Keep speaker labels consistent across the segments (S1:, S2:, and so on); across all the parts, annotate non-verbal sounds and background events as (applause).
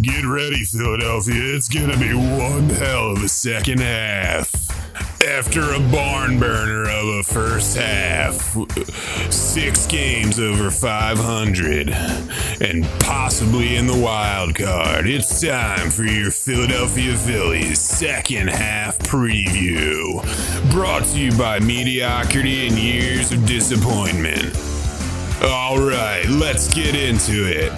S1: Get ready, Philadelphia. It's going to be one hell of a second half. After a barn burner of a first half, six games over 500, and possibly in the wild card, it's time for your Philadelphia Phillies second half preview. Brought to you by Mediocrity and Years of Disappointment. All right, let's get into it.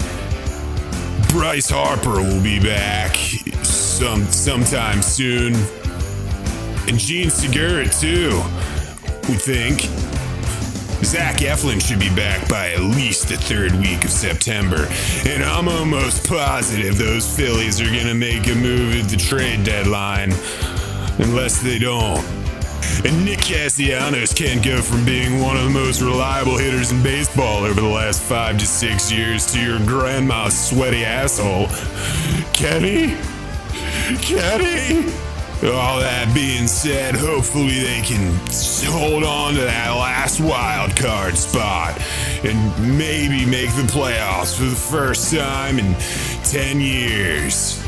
S1: Bryce Harper will be back some sometime soon. And Gene Segura too, we think. Zach Eflin should be back by at least the third week of September. And I'm almost positive those Phillies are gonna make a move at the trade deadline. Unless they don't. And Nick Castellanos can't go from being one of the most reliable hitters in baseball over the last five to six years to your grandma's sweaty asshole. Can he? Can he? All that being said, hopefully they can hold on to that last wild card spot and maybe make the playoffs for the first time in 10 years.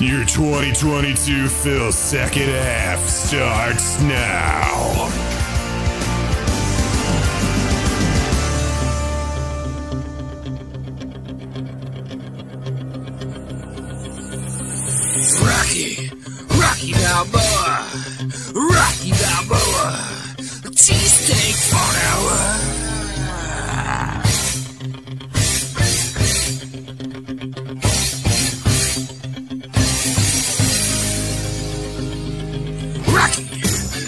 S1: Your 2022 Phil second half starts now.
S2: Rocky, Rocky Balboa, Rocky Balboa, cheesesteak for an hour. Rocky,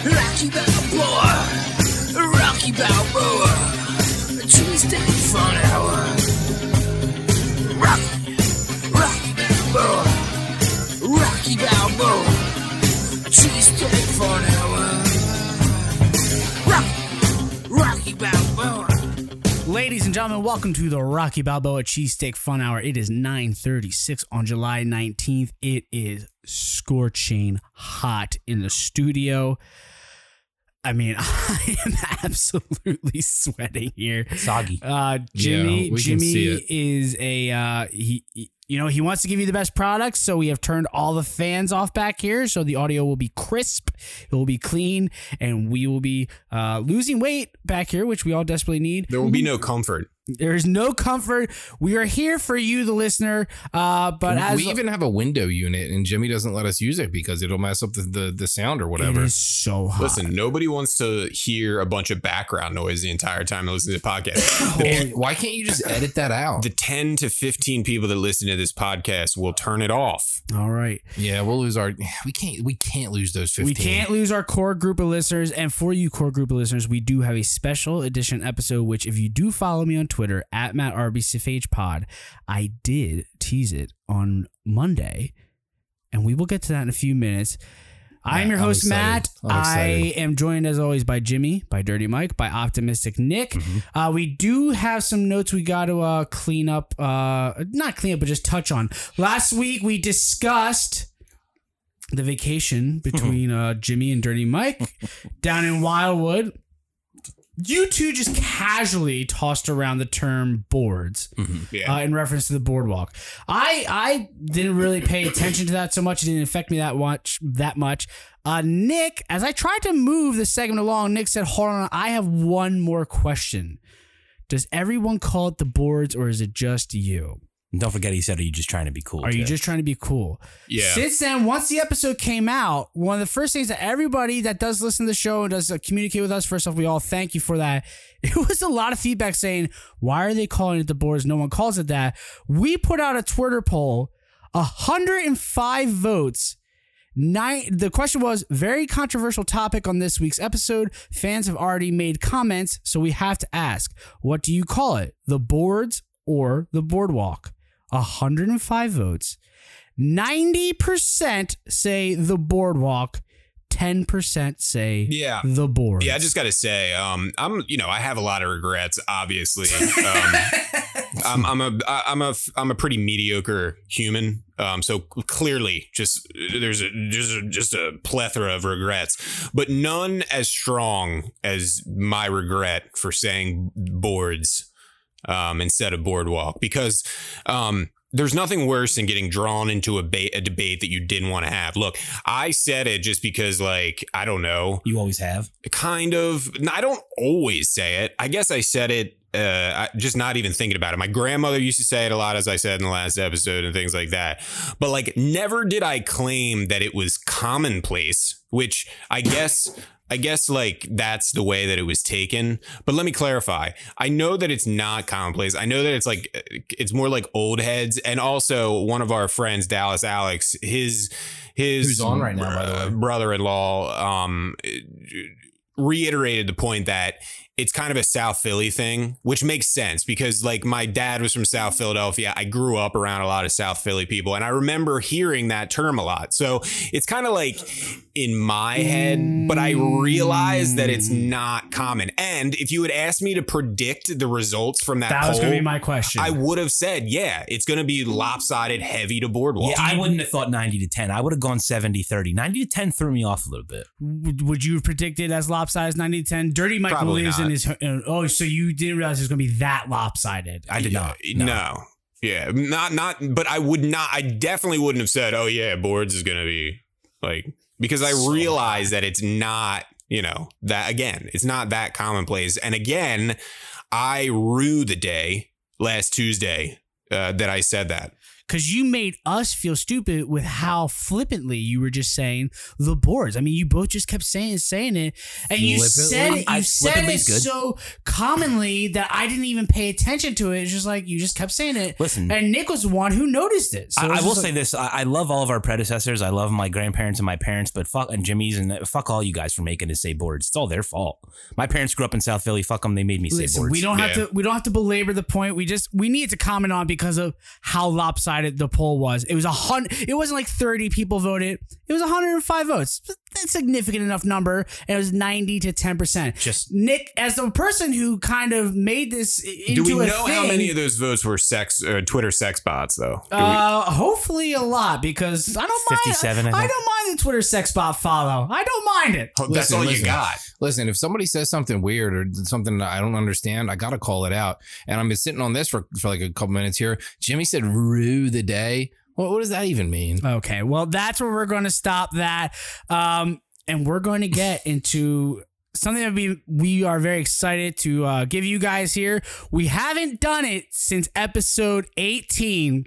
S2: Rocky Balboa, Rocky Balboa, cheesesteak for an hour. Rocky, Rocky Balboa. Rocky Balboa. Cheesecake for an hour. Rocky, Rocky Balboa.
S3: Ladies and gentlemen, welcome to the Rocky Balboa Cheesesteak Fun Hour. It is 9:36 on July 19th. It is scorching hot in the studio. I mean, (laughs) I am absolutely sweating here.
S4: Soggy.
S3: Uh, Jimmy,
S5: Yeah, we can
S3: Jimmy
S5: see it.
S3: is a uh, he, he- You know, he wants to give you the best products, so we have turned all the fans off back here, so the audio will be crisp, it will be clean, and we will be uh, losing weight back here, which we all desperately need.
S1: There will be no comfort.
S3: There is no comfort. We are here for you, the listener. Uh, but as
S5: we even have a window unit, and Jimmy doesn't let us use it because it'll mess up the, the, the sound or
S3: it
S5: whatever.
S3: is so hot.
S1: Listen, nobody wants to hear a bunch of background noise the entire time they listen to the
S2: (laughs)
S1: podcast.
S5: And why can't you just edit that out?
S1: the 10 to 15 people that listen to this podcast will turn it off.
S3: All right.
S5: yeah, we'll lose our. We can't. We can't lose those fifteen.
S3: We can't lose our core group of listeners. And for you, core group of listeners, we do have a special edition episode, which if you do follow me on Twitter at Matt Pod, I did tease it on Monday. And we will get to that in a few minutes.
S5: Matt,
S3: I'm your
S5: I'm
S3: host,
S5: excited.
S3: Matt.
S5: I'm
S3: I
S5: excited.
S3: am joined as always by Jimmy, by Dirty Mike, by Optimistic Nick.
S5: Mm-hmm.
S3: Uh, we do have some notes we got to uh, clean up, uh, not clean up, but just touch on. Last week we discussed the vacation
S5: (laughs)
S3: between uh, Jimmy and Dirty Mike down in Wildwood. You two just casually tossed around the term boards
S1: Yeah.
S3: uh, in reference to the boardwalk. I I didn't really pay attention to that so much. It didn't affect me that much. That much. Uh, Nick, as I tried to move the segment along, Nick said, "Hold on, I have one more question. Does everyone call it the boards, or is it just you?
S4: Don't forget, he said, "Are you just trying to be cool?"
S3: Are you
S4: too?"
S3: just trying to be cool?"
S1: yeah.
S3: Since then, once the episode came out, one of the first things that everybody that does listen to the show and does uh, communicate with us, first off, we all thank you for that. (laughs) It was a lot of feedback saying, why are they calling it the boards? No one calls it that. We put out a Twitter poll, 105 votes. Nine, the question was very controversial topic on this week's episode. Fans have already made comments, so we have to ask, what do you call it? The boards or the boardwalk? 105 votes. 90% say the boardwalk, 10% say
S1: Yeah.
S3: the board.
S1: Yeah, I just got to say, um, I'm you know I have a lot of regrets. Obviously, um, I'm, I'm a I- I'm a I'm a pretty mediocre human. Um, so clearly, just there's a, just a, just a plethora of regrets, but none as strong as my regret for saying boards um, instead of boardwalk because um, there's nothing worse than getting drawn into a, ba- a debate that you didn't want to have. Look, I said it just because, like, I don't know,
S6: You always have.
S1: kind of. I don't always say it. I guess I said it uh, I, just not even thinking about it. My grandmother used to say it a lot, as I said in the last episode, and things like that. But like, never did I claim that it was commonplace, which I guess. I guess like that's the way that it was taken. But let me clarify. I know that it's not commonplace. I know that it's like it's more like old heads. And also one of our friends, Dallas Alex, his his
S7: Who's on right now, by the way.
S1: brother-in-law, um, reiterated the point that it's kind of a South Philly thing, which makes sense because like my dad was from South Philadelphia. I grew up around a lot of South Philly people and I remember hearing that term a lot. So it's kind of like in my head, but I realize that it's
S3: Mm.
S1: not common. And if you had asked me to predict the results from that,
S3: That was
S1: poll,
S3: going to be my question.
S1: I would have said, yeah, it's going to be lopsided, heavy to boardwalk.
S6: Yeah, I wouldn't have thought 90 to 10. I would have gone 70 30. 90 to 10 threw me off a little bit.
S3: would would you have predicted as lopsided as 90 10? Dirty Mike
S1: Probably
S3: believes in his. Oh, so you didn't realize it was going to be that lopsided.
S6: I did not.
S1: No. Yeah, not not but I would not I definitely wouldn't have said, "Oh yeah, boards is going to be like because I realize that it's not, you know, that again, it's not that commonplace. And again, I rue the day last Tuesday uh, that I said that.
S3: Because you made us feel stupid with how flippantly you were just saying the boards. I mean, you both just kept saying saying it, and you said it.
S6: Flippantly?
S3: You
S6: I-
S3: said it
S6: flippantly's good.
S3: so commonly that I didn't even pay attention to it. It's just like you just kept saying it.
S6: Listen.
S3: and Nick was the one who noticed it. So
S6: I,
S3: it was
S6: I will
S3: just
S6: say
S3: like-
S6: this: I, I love all of our predecessors. I love my grandparents and my parents, but fuck and Jimmy's and fuck all you guys for making us say boards. It's all their fault. My parents grew up in South Philly. Fuck them. They made me say
S3: Listen,
S6: boards.
S3: we don't have
S1: Yeah.
S3: to we don't have to belabor the point. We just we need to comment on because of how lopsided the poll was. It was a hundred. It wasn't like thirty people voted. It was 105 votes. That's a significant enough number. And it was 90 to 10 percent. (laughs)
S6: Just-
S3: Nick, as the person who kind of made this into
S1: Do we
S3: a
S1: know
S3: thing,
S1: how many of those votes were sex uh, Twitter sex bots though? Do we-
S3: uh, hopefully a lot because I don't mind.
S6: 57, I
S3: I,
S6: think.
S3: don't mind the Twitter sex bot follow. I don't mind it.
S1: Oh, that's
S7: listen,
S1: all you
S7: listen.
S1: got.
S7: Listen, if somebody says something weird or something that I don't understand, I gotta call it out. And I've been sitting on this for, for like a couple minutes here. Jimmy said rue the day. What, what does that even mean?
S3: Okay, well, that's where we're going to stop that. Um, and we're going
S1: (laughs)
S3: to get into something that we, we are very excited to uh, give you guys here. We haven't done it since episode 18.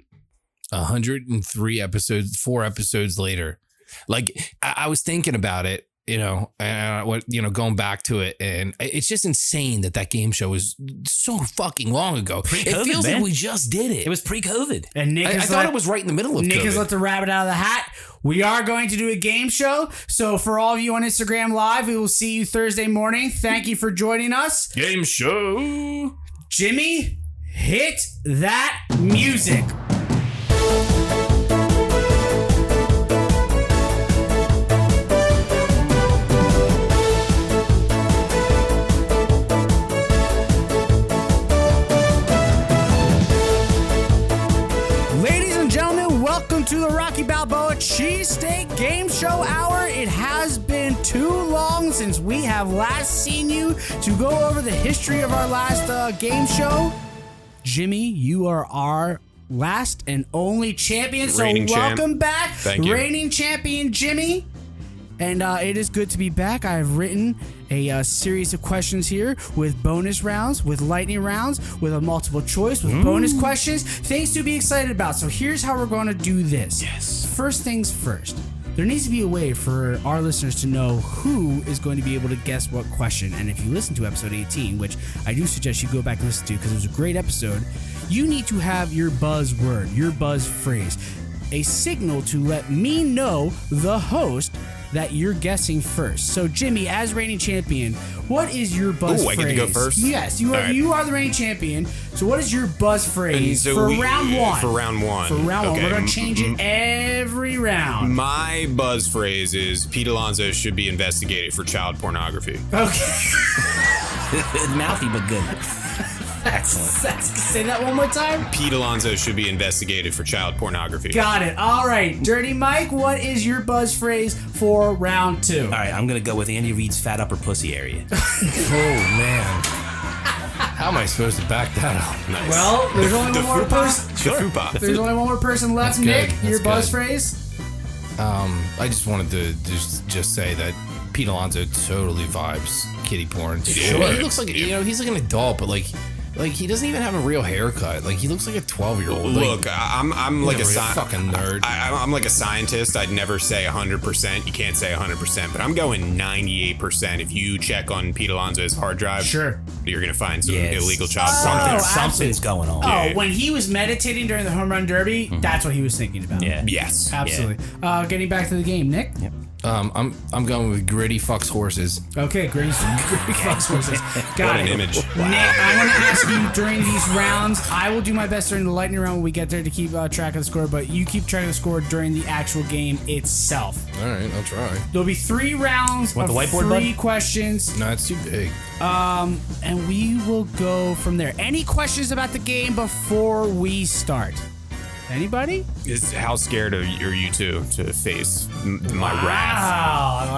S7: 103 episodes, four episodes later. Like I, I was thinking about it, you know, and I- what you know, going back to it, and it's just insane that that game show was so fucking long ago.
S6: Pre-COVID,
S7: it feels
S6: man.
S7: like we just did it.
S6: It was pre-COVID.
S3: And Nick
S7: I, I
S3: has
S7: thought
S3: let,
S7: it was right in the middle of
S3: Nick
S7: COVID.
S3: has let the rabbit out of the hat. We are going to do a game show. So for all of you on Instagram Live, we will see you Thursday morning. Thank you for joining us.
S7: game show.
S3: Jimmy, hit that music. Ladies and gentlemen, welcome to the Rocky Balboa Cheesesteak Game Show Hour. It has been too long since we have last seen you to go over the history of our last uh, game show. Jimmy, you are our last and only champion, so
S1: Reigning champ.
S3: welcome back,
S1: Thank you.
S3: reigning champion Jimmy. And uh, it is good to be back. I have written a uh, series of questions here with bonus rounds, with lightning rounds, with a multiple choice, with
S1: Mm.
S3: bonus questions, things to be excited about. So here's how we're going to do this. Yes. First things first. There needs to be a way for our listeners to know who is going to be able to guess what question. And if you listen to episode 18, which I do suggest you go back and listen to because it was a great episode, you need to have your buzzword, your buzz phrase a signal to let me know, the host, that you're guessing first. So, Jimmy, as reigning champion, what is your buzz
S1: Ooh, I
S3: phrase?
S1: get to go first?
S3: Yes, you are.
S1: All right.
S3: You are the reigning champion. So, what is your buzz
S1: And
S3: phrase
S1: so
S3: for
S1: we-
S3: round one?
S1: For round one.
S3: For round
S1: Okay,
S3: one,
S1: Mm-hmm.
S3: we're gonna change it every round.
S1: My buzz phrase is Pete Alonso should be investigated for child pornography.
S3: Okay,
S6: Mouthy but good.
S1: Mm-hmm.
S3: (laughs)
S6: Excellent.
S3: say that one more time.
S1: Pete Alonso should be investigated for child pornography.
S3: Got it. All right, Dirty Mike. What is your buzz phrase for round two? (laughs)
S1: Oh,
S6: All right, I'm gonna go with Andy Reid's fat upper pussy area.
S7: Oh man. How am I supposed to back that up?
S1: Nice.
S3: Well, there's
S1: the,
S3: only
S1: the
S3: one more
S1: fupas?
S3: person.
S1: The fupa.
S3: There's only one more person left,
S7: That's
S3: Nick.
S7: good.
S3: Your
S7: That's
S3: buzz
S7: good.
S3: phrase.
S7: Um, I just wanted to just just say that Pete Alonso totally vibes kitty porn. Sure. He looks like you know he's like an adult, but like like he doesn't even have a real haircut. Like he looks like a twelve year old.
S1: Look, I- I'm I'm like a
S7: never a
S1: sci-
S7: fucking nerd.
S1: I, I'm- I'm like a scientist. I'd never say 100. percent You can't say 100, percent but I'm going 98. percent If you check on Pete Alonso's hard drive,
S3: Sure.
S1: you're gonna find some
S6: Yes.
S1: illegal child
S3: Oh,
S1: porn. there.
S6: Something's going on.
S3: Oh, when he was meditating during the home run derby, that's what he was thinking about.
S6: Mm-hmm. Yeah.
S1: Yes.
S3: Absolutely. Uh, getting back to the game, Nick.
S7: um, I'm I'm going with gritty fucks horses.
S3: Okay,
S6: (laughs)
S3: great. Great Fox horses. Got
S1: What an
S3: it.
S1: image.
S3: Nick, I'm going to ask you during these rounds. I will do my best during the lightning round when we get there to keep uh, track of the score, but you keep track of the score during the actual game itself.
S7: All right, I'll try.
S3: There'll be three rounds
S6: Want
S3: of
S6: the whiteboard,
S3: three
S6: bud?
S3: questions,
S7: No, it's too big.
S3: and we will go from there. Any questions about the game before we start? Anybody?
S1: Is how scared are you, are you two to face m- my wrath?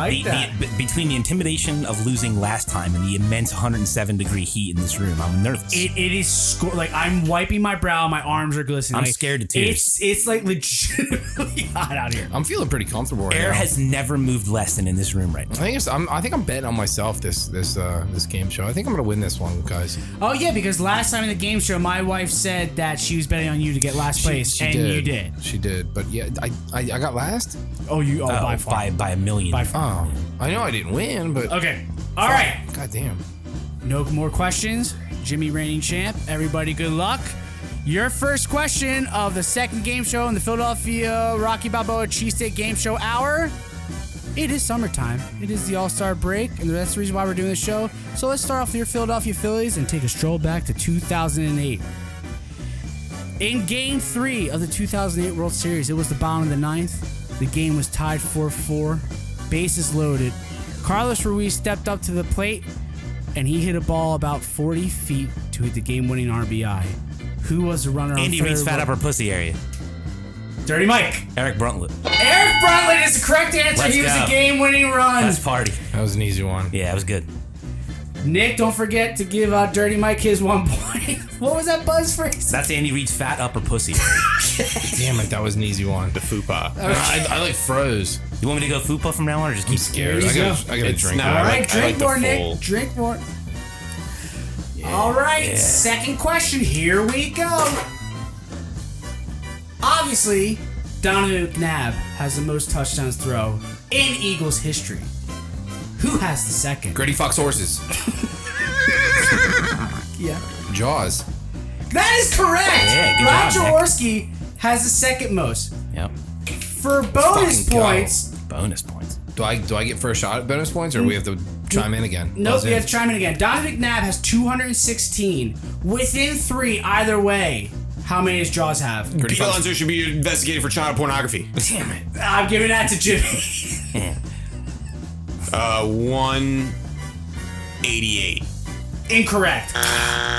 S3: I
S6: The,
S3: like
S6: the, be- between the intimidation of losing last time and the immense 107 degree heat in this room, I'm nervous.
S3: It, it is sco- like I'm wiping my brow, my arms are glistening.
S6: I'm
S3: Like,
S6: scared to tears.
S3: It's it's like legitimately (laughs) hot out here.
S7: I'm feeling pretty comfortable right
S6: Air
S7: now.
S6: has never moved less than in this room right now.
S7: I think it's, I'm I think I'm betting on myself this this uh, this game show. I think I'm gonna win this one, guys.
S3: Oh yeah, because last time in the game show, my wife said that she was betting on you to get last place, and you did.
S7: She did, but yeah, I I, I got last.
S3: Oh, you oh,
S6: Oh,
S3: by
S6: by,
S3: far.
S6: by, a million.
S3: By far.
S7: Oh, I know I didn't win, but
S3: Okay. All right.
S7: God damn.
S3: No more questions. Jimmy reigning champ. Everybody, good luck. Your first question of the second game show in the Philadelphia Rocky Balboa Cheesesteak Game Show Hour. It is summertime. It is the All Star break, and that's the reason why we're doing this show. So let's start off with your Philadelphia Phillies and take a stroll back to 2008. In game three of the 2008 World Series, it was the bottom of the ninth. The game was tied 4 4, bases loaded. Carlos Ruiz stepped up to the plate and he hit a ball about 40 feet to hit the game winning RBI. Who was the runner
S6: Andy
S3: on
S6: Reid's
S3: third?
S6: fat upper pussy area.
S3: Dirty Mike.
S6: Eric Bruntlett.
S3: Eric Bruntlett is the correct answer.
S6: Let's
S3: he was
S6: go.
S3: a game winning run.
S6: That's party.
S7: That was an easy one.
S3: (laughs)
S6: Yeah, it was good.
S3: Nick, don't forget to give uh, Dirty Mike his one point. (laughs) what was that buzz phrase?
S6: That's Andy Reid's fat upper pussy.
S7: Damn it, that was an easy one.
S1: The fupa.
S7: I, I like froze.
S6: you want me to go fupa from now on or just keep
S7: Scared. I gotta, I gotta
S1: It's
S7: drink.
S1: not-
S7: more.
S3: All
S1: I
S3: right,
S1: like- I
S3: drink
S1: like the
S3: more,
S1: full.
S3: Nick. Drink more. All right, second question. Here we go. Obviously, Donovan McNabb has the most touchdowns throw in Eagles history. Who has the second?
S7: Gritty Fox horses.
S3: Yeah.
S7: Jaws.
S3: That is correct.
S6: Yeah, good
S3: Rob
S6: job,
S3: Jaworski has the second most.
S6: Yep.
S3: For bonus
S7: fucking go.
S3: points,
S6: Bonus points.
S7: Do I do I get first shot at bonus points, or we have to chime in again?
S3: Nope,
S7: Buzz
S3: we
S7: in.
S3: have to chime in again. Donovan McNabb has 216. Within three, either way, how many does Jaws have?
S1: Pete Alonso should be investigated for child pornography.
S6: Damn it.
S3: I'm giving that to Jimmy. (laughs)
S1: Uh, 188.
S3: Incorrect.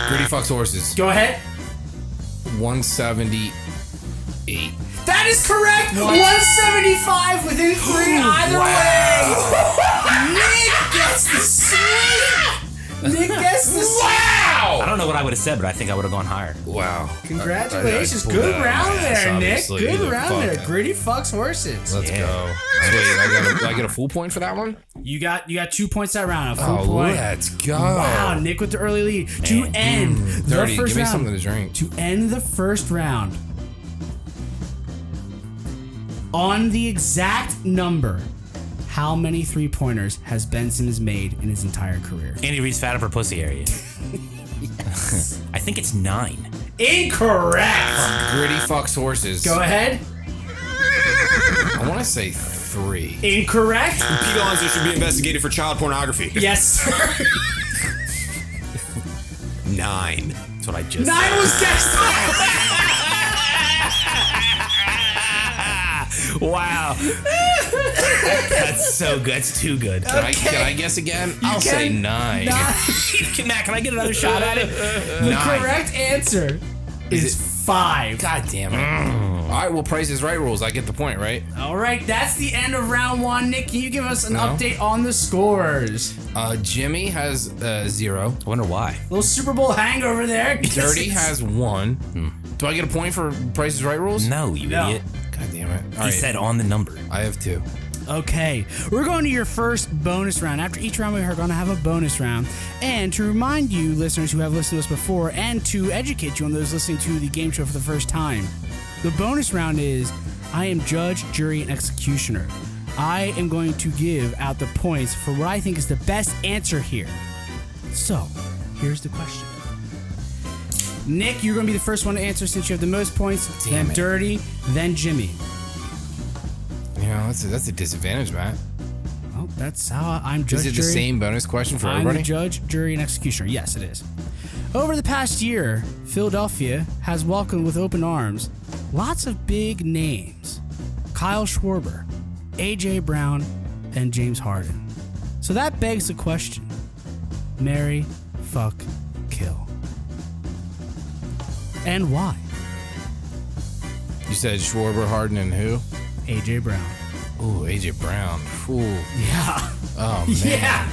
S7: Gritty Fox horses.
S3: Go ahead.
S7: 178.
S3: That is correct. 175 within three, either way. Nick gets the sweep. Nick gets the sweep.
S6: I don't know what I would have said, but I think I would have gone higher.
S7: Wow.
S3: Congratulations.
S7: I- I- I pulled
S3: Good
S7: that out of
S3: round
S7: my ass,
S3: there, Nick.
S7: obviously.
S3: Good
S7: Who the
S3: round
S7: fuck-
S3: there. Gritty fucks horses.
S7: Let's
S6: Yeah.
S7: go. Sweet. I got, a, I get a full point for that one.
S3: You got you got two points that round. A full
S7: Oh,
S3: point.
S7: let's go.
S3: Wow, Nick with the early lead to
S6: Man.
S3: end the
S7: Dirty.
S3: first
S7: Give me
S3: round.
S7: something to drink.
S3: to end the first round on the exact number. How many three pointers has Ben Simmons made in his entire career?
S6: Andy Reid's fat upper pussy area. (laughs) I think it's nine.
S3: Incorrect.
S7: Gritty Fox horses.
S3: Go ahead.
S7: I want to say three.
S3: Incorrect.
S1: Pete Alonso should be investigated for child pornography.
S3: Yes, sir. (laughs)
S1: Nine.
S6: That's what I just
S3: Nine was guessed.
S6: Wow. That's so good. That's too good.
S7: Can, I, can I guess again? I'll say
S3: can-
S7: Uh, nine.
S6: Can- (laughs) Matt, can I get another shot at it?
S3: The correct answer is, five. Mm-hmm.
S7: God damn it. All right, well, Price is Right rules. I get the point, right?
S3: All right, that's the end of round one. Nick, can you give us an
S7: No.
S3: update on the scores?
S7: Uh, Jimmy has uh, zero.
S6: I
S3: (laughs)
S6: wonder why.
S3: Little Super Bowl hangover there.
S7: Dirty has one. Do I get a point for Price is Right rules?
S6: Hmm. No, you
S3: No.
S6: idiot.
S7: God damn it. All
S6: he
S7: right.
S6: said on the number.
S7: I have two.
S3: Okay, we're going to your first bonus round. After each round, we are going to have a bonus round. And to remind you, listeners who have listened to us before, and to educate you on those listening to the game show for the first time, the bonus round is I am judge, jury, and executioner. I am going to give out the points for what I think is the best answer here. So, here's the question. Nick, you're going to be the first one to answer since you have the most points, then
S7: it.
S3: Dirty, then Jimmy.
S7: You know, that's a, that's a disadvantage, Matt.
S3: Well, Oh, that's how I'm judge.
S7: Is it the
S3: jury.
S7: same bonus question for
S3: I'm
S7: everybody?
S3: the judge, jury, and executioner. Yes, it is. Over the past year, Philadelphia has welcomed with open arms lots of big names Kyle Schwarber, A.J. Brown, and James Harden. So that begs the question Mary, fuck, kill. And why?
S7: you said Schwarber, Harden, and who?
S3: A.J. Brown.
S7: Ooh, AJ Brown. Ooh.
S3: (laughs) Yeah.
S7: Oh man.
S3: Yeah.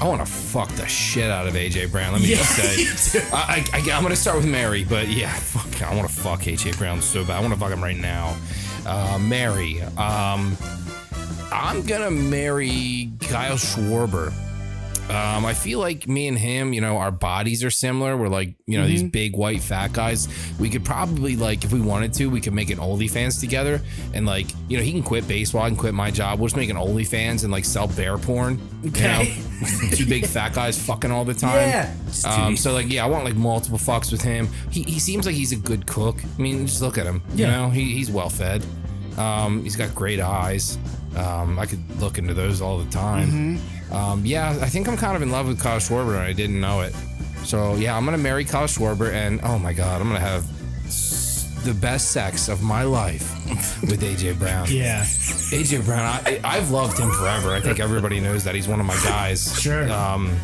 S7: I want to fuck the shit out of AJ Brown. Let me just say, I, I, I, am gonna start with Mary, but yeah, fuck, I want to fuck AJ Brown so bad. I want to fuck him right now. Uh, Mary, um, I'm gonna marry Kyle Schwarber. Um, I feel like me and him, you know, our bodies are similar. We're like, you know,
S3: Mm-hmm.
S7: these big white fat guys. We could probably like, if we wanted to, we could make an OnlyFans together, and like, you know, he can quit baseball, I can quit my job. We'll just make an OnlyFans and like sell bear porn.
S3: Okay.
S7: You know? (laughs) Two big fat guys fucking all the time.
S3: (laughs) Yeah.
S7: Um, so like, yeah, I want like multiple fucks with him. He, he seems like he's a good cook. I mean, just look at him.
S3: Yeah.
S7: You know, he, he's well fed. Um, he's got great eyes. Um, I could look into those all the time.
S3: Mm-hmm.
S7: Um, yeah, I think I'm kind of in love with Kyle Schwarber, and I didn't know it. So yeah, I'm gonna marry Kyle Schwarber, and oh my god, I'm gonna have s- the best sex of
S3: (laughs)
S7: my life with AJ Brown.
S3: Yeah.
S7: AJ Brown, I, I've loved him forever. I think everybody knows that he's one of my guys.
S3: Sure.
S7: Um,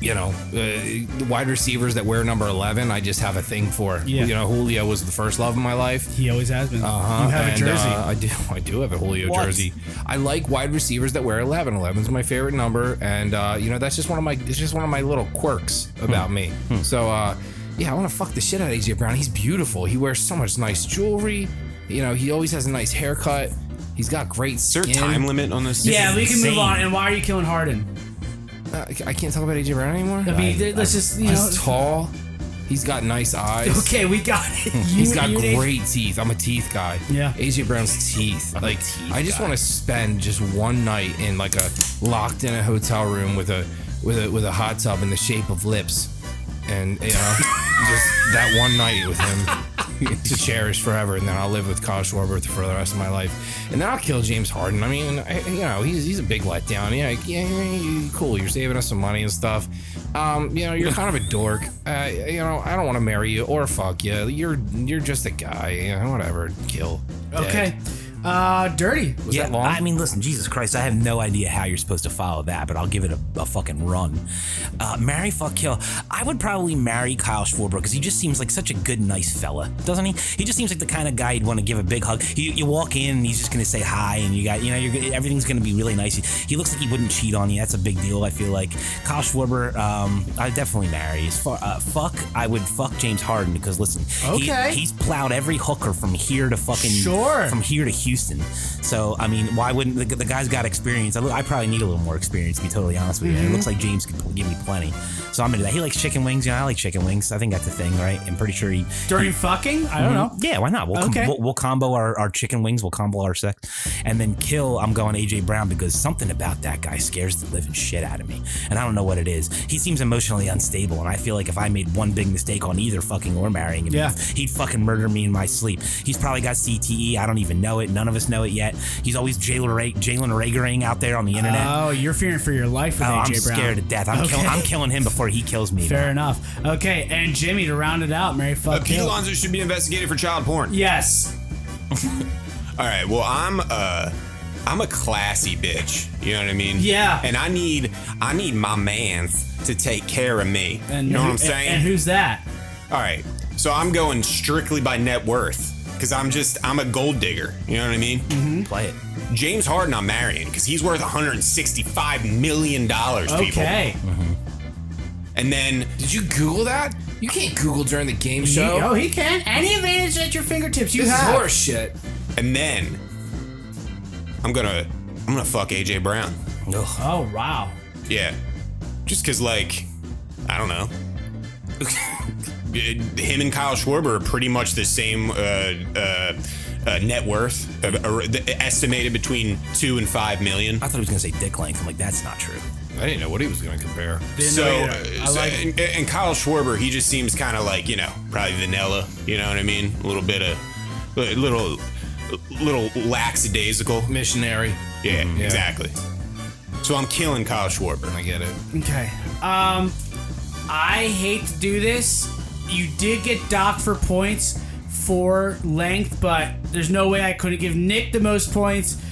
S7: you know, uh, the wide receivers that wear number eleven, I just have a thing for.
S3: Yeah.
S7: You know, Julio was the first love of my life.
S3: He always has been.
S7: Uh-huh.
S3: You have a
S7: And,
S3: jersey.
S7: uh, I do. (laughs) I do have a Julio
S3: What?
S7: jersey. I like wide receivers that wear eleven. 11 is my favorite number, and uh, you know that's just one of my. It's just one of my little quirks about
S3: Hmm.
S7: me. So, uh, yeah, I want to fuck the shit out of AJ Brown. He's beautiful. He wears so much nice jewelry. You know, he always has a nice haircut. He's got great
S1: Is there
S7: skin.
S1: a time limit on this?
S3: yeah, we can move
S6: insane.
S3: on. And why are you killing Harden?
S7: Uh, I can't talk about AJ Brown anymore.
S3: I mean, th- let's just you know.
S7: He's tall. He's got
S3: (laughs)
S7: nice eyes.
S3: Okay, we got
S6: (laughs)
S3: it. You,
S7: He's got
S3: you-
S7: great teeth. I'm a teeth guy.
S3: Yeah.
S7: AJ Brown's teeth. like I just want to spend just one night in like a locked in a hotel room with a with a with a hot tub in the shape of lips. And you know, just that one night with him to cherish forever, and then I'll live with Kyle Schwarber for the rest of my life, and then I'll kill James Harden. I mean, I, you know, he's, he's a big letdown. Yeah, like, yeah, yeah, yeah, cool. You're saving us some money and stuff. Um, you know, you're kind of a dork. Uh, you know, I don't want to marry you or fuck you. You're you're just a guy. You know, whatever. Kill. Dead.
S3: Okay. Uh, dirty.
S7: Was
S6: yeah,
S7: that long?
S6: I mean, listen, Jesus Christ, I have no idea how you're supposed to follow that, but I'll give it a, a fucking run. Uh, marry, fuck, kill. I would probably marry Kyle Schwarber because he just seems like such a good, nice fella, doesn't he? He just seems like the kind of guy you'd want to give a big hug. You, you walk in and he's just gonna say hi, and you got, you know, you're, gonna- everything's gonna be really nice. He, he looks like he wouldn't cheat on you. That's a big deal. I feel like Kyle Schwarber. Um, I'd definitely marry. As far uh, fuck, I would fuck James Harden because listen, he-
S3: Okay.
S6: he's plowed every hooker from here to fucking
S3: Sure.
S6: from here to Houston. So I mean, why wouldn't the, the guy's got experience? I, look, I probably need a little more experience to be totally honest with you. It looks like James could pl- give me plenty. So I'm into that. He likes chicken wings. You know, I like chicken wings. I think that's a thing, right? I'm pretty sure he.
S3: Dirty fucking? I don't know.
S6: Yeah, why not? We'll, com-
S3: Okay.
S6: we'll, we'll combo our, our chicken wings. We'll combo our sex, and then kill. I'm going AJ Brown because something about that guy scares the living shit out of me, and I don't know what it is. He seems emotionally unstable, and I feel like if I made one big mistake on either fucking or marrying him,
S3: Yeah.
S6: he'd fucking murder me in my sleep. He's probably got CTE. I don't even know it. None of us know it yet. He's always Jalen Ra- Jalen Ragering out there on the internet.
S3: Oh, you're fearing for your life with
S6: Oh,
S3: AJ
S6: I'm
S3: Brown.
S6: scared to death. I'm, kill-
S3: Okay.
S6: I'm killing him before he kills me.
S3: Fair enough. Okay, and Jimmy to round it out, Mary
S1: Uh,
S3: fuck
S1: Pete
S3: kill.
S1: Alonso should be investigated for child porn.
S3: Yes.
S1: All right. Well, I'm uh I'm a classy bitch. You know what I mean?
S3: Yeah.
S1: And I need I need my man's to take care of me.
S3: And
S1: you know
S3: who-
S1: what I'm saying?
S3: And, and who's that?
S1: All right. So I'm going strictly by net worth. because I'm just I'm a gold digger. You know what I mean?
S6: Play it.
S1: James Harden, I'm marrying because he's worth 165 million dollars. People.
S3: Okay.
S6: Mm-hmm.
S1: And then
S7: Did you Google that? You can't Google during the game
S3: You-
S7: show.
S3: oh, he can. Any advantage at your fingertips, you
S7: this is
S3: have.
S7: horse shit.
S1: and then I'm gonna I'm gonna fuck AJ Brown.
S6: Ugh.
S3: Oh wow.
S1: Yeah, just because like I don't know. (laughs) Him and Kyle Schwarber are pretty much the same uh, uh, uh, net worth, uh, uh, estimated between two and five million.
S6: I thought he was gonna say dick length. I'm like, that's not true.
S7: I didn't know what he was going to compare.
S1: So, uh, so- and, and Kyle Schwarber, he just seems kind of like you know, probably vanilla. You know what I mean? A little bit of, a little, little lackadaisical.
S3: Mm-hmm.
S7: Missionary.
S1: Yeah,
S7: yeah.
S1: exactly. So I'm killing Kyle Schwarber.
S7: I get it.
S3: Okay. Um, I hate to do this. You did get docked for points for length, but there's no way I couldn't give Nick the most points.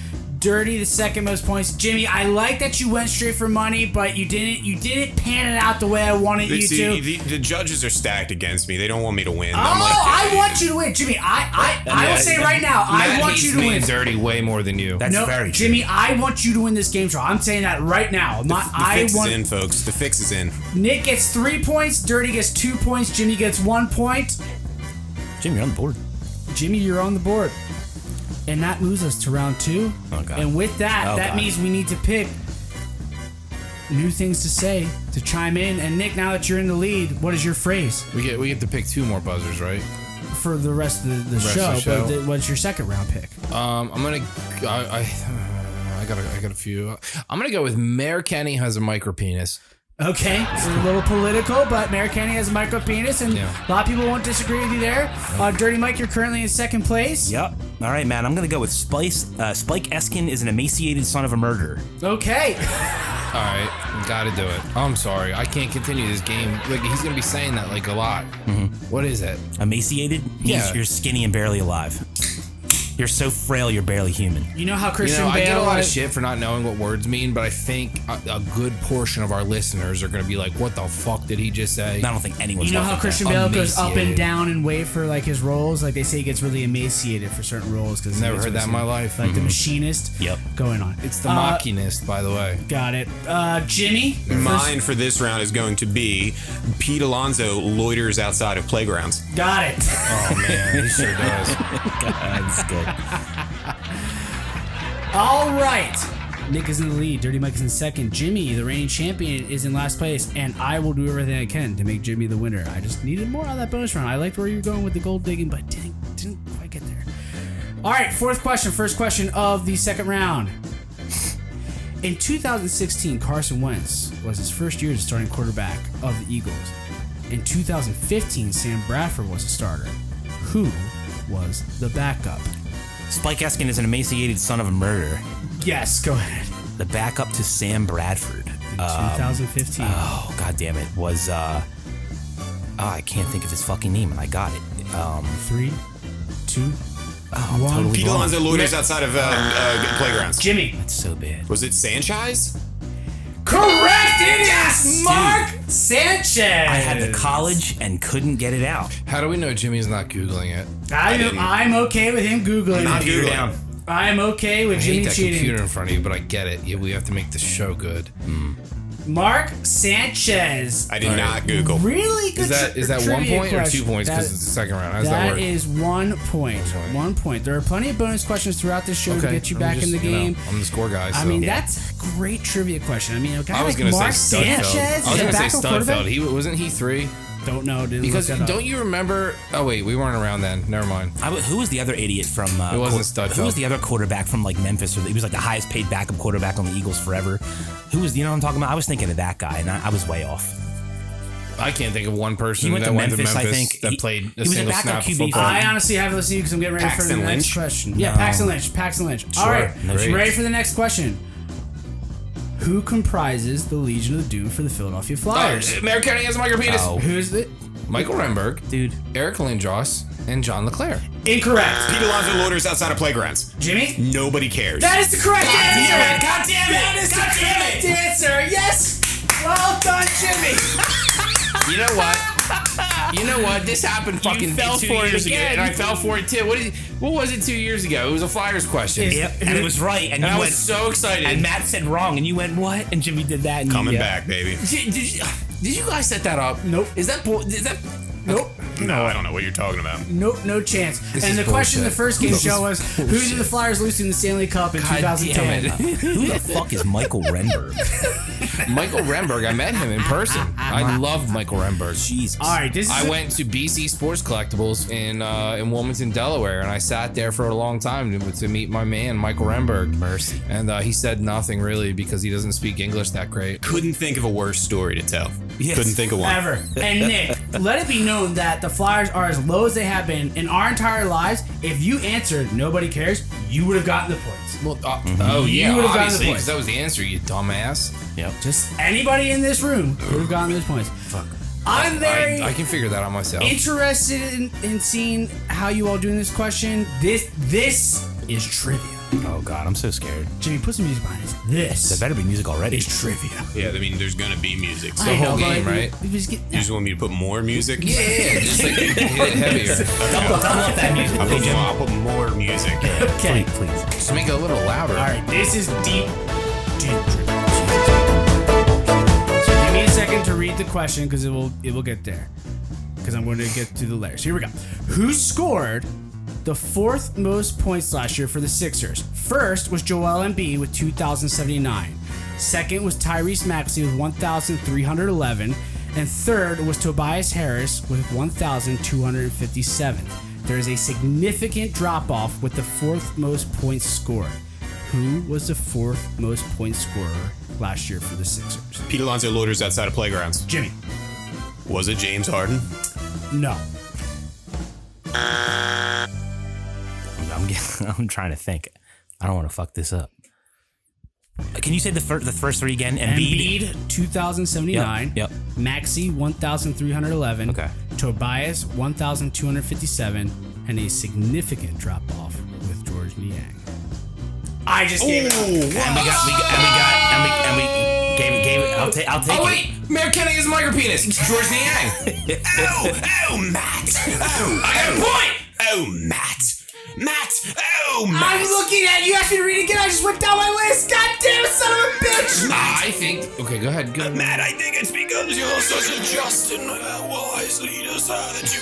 S3: Dirty the second most points. Jimmy, I like that you went straight for money, but you didn't. You didn't pan it out the way I wanted you
S1: See,
S3: to.
S1: the, the judges are stacked against me. They don't want me to win.
S3: Oh,
S1: I'm like,
S3: I want you to win, Jimmy. I, I, I will say right now, I
S7: Matt
S3: want
S7: hates
S3: you to
S7: me
S3: win.
S7: dirty way more than you.
S6: That's
S3: No,
S6: very true.
S3: Jimmy, I want you to win this game show. I'm saying that right now. Not
S1: The
S3: I
S1: fix
S3: want.
S1: is in, folks. The fix is in.
S3: Nick gets three points. Dirty gets two points. Jimmy gets one point.
S6: Jimmy, you're on the board.
S3: Jimmy, you're on the board. And that moves us to round two.
S6: Oh, God.
S3: And with that,
S6: Oh,
S3: that
S6: God.
S3: means we need to pick new things to say to chime in. And Nick, now that you're in the lead, what is your phrase
S7: we get we get to pick two more buzzers, right?
S3: for the rest of the, the
S7: Rest
S3: show?
S7: of the show.
S3: But the- what's your second round pick?
S7: Um, I'm gonna. I, I, (sighs) I got. A, I got a few. I'm gonna go with Mayor Kenny has a micro penis.
S3: Okay, it's a little political, but Mayor Kenny has a micro penis, and
S7: Yeah.
S3: a lot of people won't disagree with you there. Uh, Dirty Mike, you're currently in second place.
S6: Yep. All right, man. I'm gonna go with Spice. Uh, Spike Eskin is an emaciated son of a murderer.
S3: Okay.
S7: All right, gotta do it. I'm sorry, I can't continue this game. Like he's gonna be saying that like a lot.
S3: Mm-hmm.
S7: What is it?
S6: Emaciated? Means
S7: Yeah.
S6: You're skinny and barely alive. You're so frail, you're barely human.
S3: You know how
S7: You
S3: Christian
S7: know, I
S3: Bale uh,
S7: get a lot of
S3: is-
S7: shit for not knowing what words mean, but I think a, a good portion of our listeners are gonna be like, "What the fuck did he just say?"
S6: I don't think anyone's.
S3: You know
S6: left
S3: how
S6: with
S3: Christian Bale goes up and
S7: Emaciated.
S3: down in weight for like his roles? Like they say he gets really emaciated for certain roles because
S7: Never heard that in my life.
S3: Like the machinist.
S6: Yep.
S3: Going on.
S7: It's the
S3: uh,
S7: mockiness, by the way.
S3: Got it. Uh, Jimmy. your
S1: Mine for this round is going to be Pete Alonso loiters outside of playgrounds.
S3: first- Got it.
S7: Oh man,
S3: (laughs)
S7: he sure does.
S6: that. That's good.
S3: All right. Nick is in the lead. Dirty Mike is in second. Jimmy, the reigning champion, is in last place, and I will do everything I can to make Jimmy the winner. I just needed more on that bonus round. I liked where you were going with the gold digging, but didn't didn't quite get there. All right, fourth question. First question of the second round. In 2016, Carson Wentz was his first year as starting quarterback of the Eagles. In 2015, Sam Bradford was a starter. Who was the backup?
S6: Spike Eskin is an emaciated son of a murderer.
S3: Yes, go ahead.
S6: The backup to Sam Bradford. Uh,
S3: 2015.
S6: oh, god damn it. Was, uh. Oh, I can't think of his fucking name, and I got it. Um,
S3: Three, two,
S7: Ah,
S6: oh, I'm
S3: One.
S6: totally
S1: Pete
S6: wrong.
S1: Alonso loiters outside of uh, uh, playgrounds.
S3: Jimmy.
S6: That's so bad.
S1: Was it Sanchez?
S3: Correct. It is Mark Sanchez.
S6: I had the college and couldn't get it out.
S7: How do we know Jimmy's not googling it?
S3: I
S1: didn't-
S3: am, I'm okay with him googling.
S1: Not
S3: it.
S1: Googling.
S3: I'm okay with
S7: I hate
S3: Jimmy
S7: that
S3: cheating.
S7: computer in front of you, but I get it. Yeah, we have to make the show good.
S3: Mark Sanchez.
S1: I did not Google.
S3: Really good.
S7: Is that
S3: tri-
S7: is that one
S3: trivia
S7: point or two
S3: question.
S7: points? Because
S3: That-
S7: it's the second round. How does that,
S3: that
S7: work?
S3: is one point.
S7: point.
S3: One point. There are plenty of bonus questions throughout this show to get you
S7: I'm
S3: back
S7: just,
S3: in the
S7: you know,
S3: game.
S7: I'm the score guy. So.
S3: I mean, that's a great trivia question. I mean, a guy
S7: I was
S3: like
S7: gonna
S3: Mark
S7: say Stunfeld.
S3: Sanchez
S7: I
S3: is
S7: was
S3: a
S7: gonna say
S3: backup quarterback.
S7: Stunfeld. He wasn't he three?
S3: don't know. Didn't
S7: Because
S3: look that up.
S7: don't you remember? Oh wait, we weren't around then. Never mind.
S6: I w who was the other idiot from? Uh,
S7: It wasn't
S6: quar-
S7: Studfeld.
S6: Who was the other quarterback from like Memphis? Or he was like the highest paid backup quarterback on the Eagles forever. Who was? You know what I'm talking about? I was thinking of that guy, and I, I was way off.
S7: I can't think of one person
S6: He went
S7: that
S6: to
S7: went
S6: Memphis,
S7: to
S6: I
S7: Memphis
S6: think.
S7: that
S6: He-
S7: played
S6: he
S7: a
S6: was a
S7: single
S6: backup
S7: snap of
S6: QB.
S7: football.
S3: I honestly haven't listened to you because I'm getting ready for
S1: Paxton
S3: the next
S1: Lynch?
S3: question. Yeah, Paxton Lynch. Paxton Lynch. All right,
S6: No
S7: shit.
S3: ready for the next question. Who comprises the Legion of Doom for the Philadelphia
S7: Oh,
S3: Flyers?
S7: Mayor County has a micro penis.
S6: Oh.
S3: Who's the
S7: Michael Remberg,
S6: Dude,
S7: Eric Lindros, and John LeClaire.
S3: incorrect?
S1: Pete Alonso loiters outside of playgrounds.
S3: Jimmy.
S1: Nobody cares.
S3: That is the correct answer. God damn
S1: it.
S3: That is
S1: God
S3: the
S1: damn
S3: correct answer. Yes. Well done, Jimmy.
S7: You know what?
S6: (laughs)
S7: You know what? This happened fucking
S6: fell
S7: two
S6: for it
S7: years ago,
S6: again.
S7: and I fell for it too. What, is, what was it two years ago? It was a Flyers question,
S6: Yep, and it was right. And,
S7: and I
S6: you
S7: was
S6: went,
S7: so excited.
S6: and Matt said wrong, and you went what? And Jimmy did that. And you-
S1: Coming
S6: yeah.
S1: back, baby.
S7: did, did you, (sighs) did you guys set that up?
S3: Nope.
S7: Is that bull? Is that?
S3: Nope.
S1: No, I don't know what you're talking about.
S3: Nope, no chance.
S7: is
S3: and the question in the
S7: bullshit.
S3: first game
S7: This is
S3: show was who did the Flyers lose to in the Stanley Cup in
S7: God damn
S3: 2010?
S7: (laughs) it.
S6: (laughs) Who the fuck is Michael Renberg?
S7: Michael Remberg. I met him in person. (laughs) I love Michael Remberg.
S6: Jesus.
S3: All right, this is
S7: I
S3: a-
S7: went to BC Sports Collectibles in uh, in Wilmington, Delaware, and I sat there for a long time to, to meet my man Michael Remberg. Mercy. And uh, he said nothing really because he doesn't speak English that great.
S1: Couldn't think of a worse story to tell.
S6: Yes.
S1: Couldn't think of one.
S3: ever. And Nick, let it be known that the Flyers are as low as they have been in our entire lives. If you answered, nobody cares. You would have gotten the points.
S7: Well, uh, oh yeah,
S3: Mm-hmm. You would've gotten the
S7: obviously,
S3: point.
S7: 'cause that was the answer, you dumbass.
S3: Just anybody in this room would have gotten those points. Fuck. I'm very
S7: I, I can figure that out myself.
S3: interested in, in seeing how you all do in this question. This this is trivia.
S6: Oh god, I'm so scared.
S3: Jimmy, put some music behind this. This
S6: Better be music already.
S3: is trivia.
S1: Yeah, I mean, there's gonna be music. So
S3: I
S7: whole
S3: know, but
S7: game, right?
S3: You just get,
S1: you just want me to put more music?
S7: Yeah, (laughs) just like hit it heavier.
S3: (laughs)
S6: Double, double up that music.
S1: I'll put, more, I'll put more music.
S3: okay.
S6: Please.
S7: Just make it a little louder.
S3: All right, this is deep, deep. So give me a second to read the question because it will it will get there. Because I'm going to get to the layers. Here we go. Who scored the fourth most points last year for the Sixers? First was Joel Embiid with 2,079. Second was Tyrese Maxey with 1,311. And third was Tobias Harris with 1,257. There is a significant drop off with the fourth most points scored. Who was the fourth most point scorer last year for the Sixers?
S1: Pete Alonso loiters outside of playgrounds.
S3: Jimmy.
S1: Was it James Harden?
S3: No.
S6: I'm, getting, (laughs) I'm trying to think. I don't want to fuck this up. Can you say the, fir- the first three again? Embiid.
S3: Embiid, 2,079.
S6: Yep,
S3: Maxi, 1,311.
S6: Okay.
S3: Tobias, 1,257. And a significant drop off with George Niang. I just gave it up.
S6: And we got, we got, and we got, and we, and we gave, gave it. I'll take, I'll take
S7: Oh
S6: it.
S7: wait, Mayor Kennedy is a micro penis.
S3: (laughs)
S7: George Niang.
S1: Oh, oh, Matt. (laughs) Oh, I got a point. Oh, Matt. Matt. Oh, Matt.
S3: I'm looking at you. asked me to read it again. I just went down my list. God damn, son of a bitch.
S7: I think. Okay, go ahead. Go.
S1: Matt, I think it's because you're such a just and uh, wise leader, sir, that you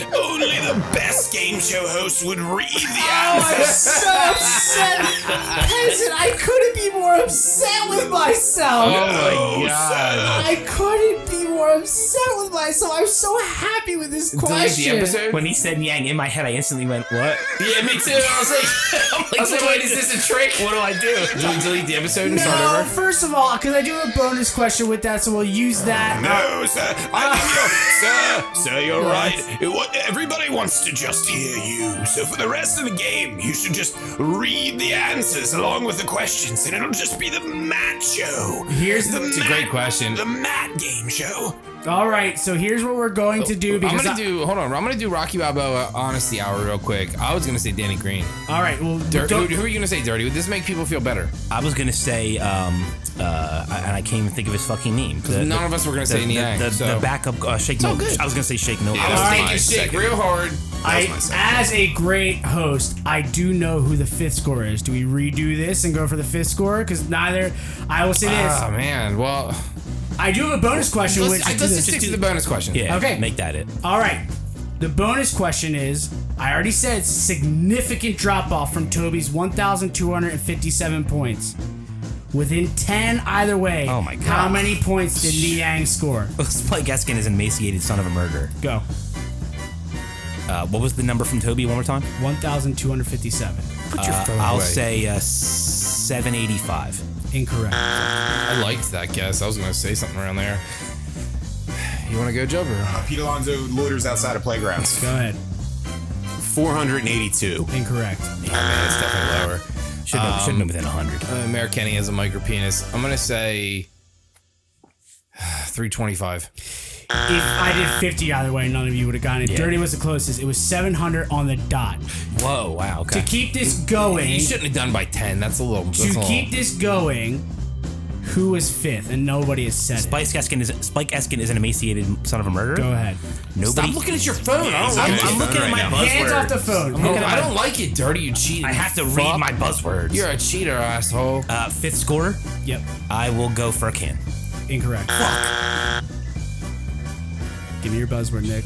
S1: gave
S7: (laughs)
S1: the, only the best game show host would read the
S7: Oh
S1: answers.
S3: So upset. Peasant, I couldn't be more upset with myself.
S7: Oh my
S1: sir.
S3: I couldn't be more upset with myself. I'm so happy with this
S7: Delete the
S3: question.
S7: episode.
S6: When he said Yang, in my head, I instantly went, "What?
S7: yeah, me too. I was (laughs) like, I was like, wait, is this a trick? What do I do? Do we delete the episode and start
S3: No,
S7: over?
S3: first of all, because I do have a bonus question with that, so we'll use that.
S1: No, sir. I think you're, sir, sir, you're right. It, wa- everybody wants to just hear you. So for the rest of the game, you should just read the answers along with the questions, and it'll just be the Matt Show.
S3: Here's the-
S7: It's a great question.
S1: The Matt Game Show.
S3: All right, so here's what we're going to do
S7: Oh, I'm
S3: because
S7: gonna
S3: I-
S7: do. Hold on, I'm gonna do Rocky Balboa honesty hour real quick. I was gonna say Danny Green.
S3: all right, well,
S7: Dirt, who,
S3: don't-
S7: who are you gonna say dirty? Would this make people feel better?
S6: I was gonna say, um, uh, I- and I can't even think of his fucking name. The-
S7: None of us were gonna
S6: the,
S7: say Niang.
S6: the, the,
S7: so.
S6: the backup uh, Shake
S7: all
S6: Milton.
S7: good.
S6: I was gonna say Shake Milton.
S7: I was
S3: All right.
S7: thinking shake real hard.
S3: I,
S1: my second.
S3: as a great host, I do know who the fifth scorer is. Do we redo this and go for the fifth scorer? Because neither, I will say this,
S7: Oh
S6: Um,
S7: man, well,
S3: I do have a bonus question.
S7: let's,
S3: which
S7: I- let's just stick to the bonus question.
S6: Yeah.
S3: Okay.
S6: Make that it. (laughs)
S3: All right. The bonus question is I already said significant drop off from Toby's 1,257 points. Within 10 either way,
S6: Oh my God.
S3: how many points did Niang score?
S6: Looks like Eskin is an emaciated son of a murderer.
S3: Go.
S6: Uh, what was the number from Toby one more time?
S3: 1,257.
S6: Uh, I'll say uh, 785.
S3: Incorrect.
S7: I liked that guess. I was gonna say something around there. You want to go, Job? or-
S1: Pete Alonso loiters outside of playgrounds.
S3: Go ahead.
S1: 482.
S3: Incorrect.
S7: That's definitely lower.
S6: Should have been, within 100.
S7: Uh, Mayor Kenny has a micro penis. I'm gonna say (sighs) 325.
S3: If I did 50 either way, none of you would have gotten it.
S6: Yeah.
S3: Dirty was the closest. It was 700 on the dot.
S6: Whoa, wow. Okay.
S3: To keep this going,
S7: You shouldn't have done by 10. That's a little. That's a
S3: to
S7: little-
S3: keep this going, who is fifth, and nobody has said
S6: Spike Eskin is Spike Eskin is an emaciated son of a murderer.
S3: it. Go ahead.
S6: Nobody.
S7: Stop looking at your phone. I don't
S1: he's
S7: like
S1: looking at his
S6: I'm
S7: it.
S6: looking
S1: phone
S6: at my
S1: right now.
S6: buzzword.
S3: Hands off the phone.
S7: Oh, I don't like it, dirty. You cheating.
S6: I have to
S7: fuck.
S6: read my buzzwords.
S7: You're a cheater, asshole.
S6: uh, fifth scorer.
S3: Yep.
S6: I will go Furkan.
S3: Incorrect. Give me your buzzword, Nick.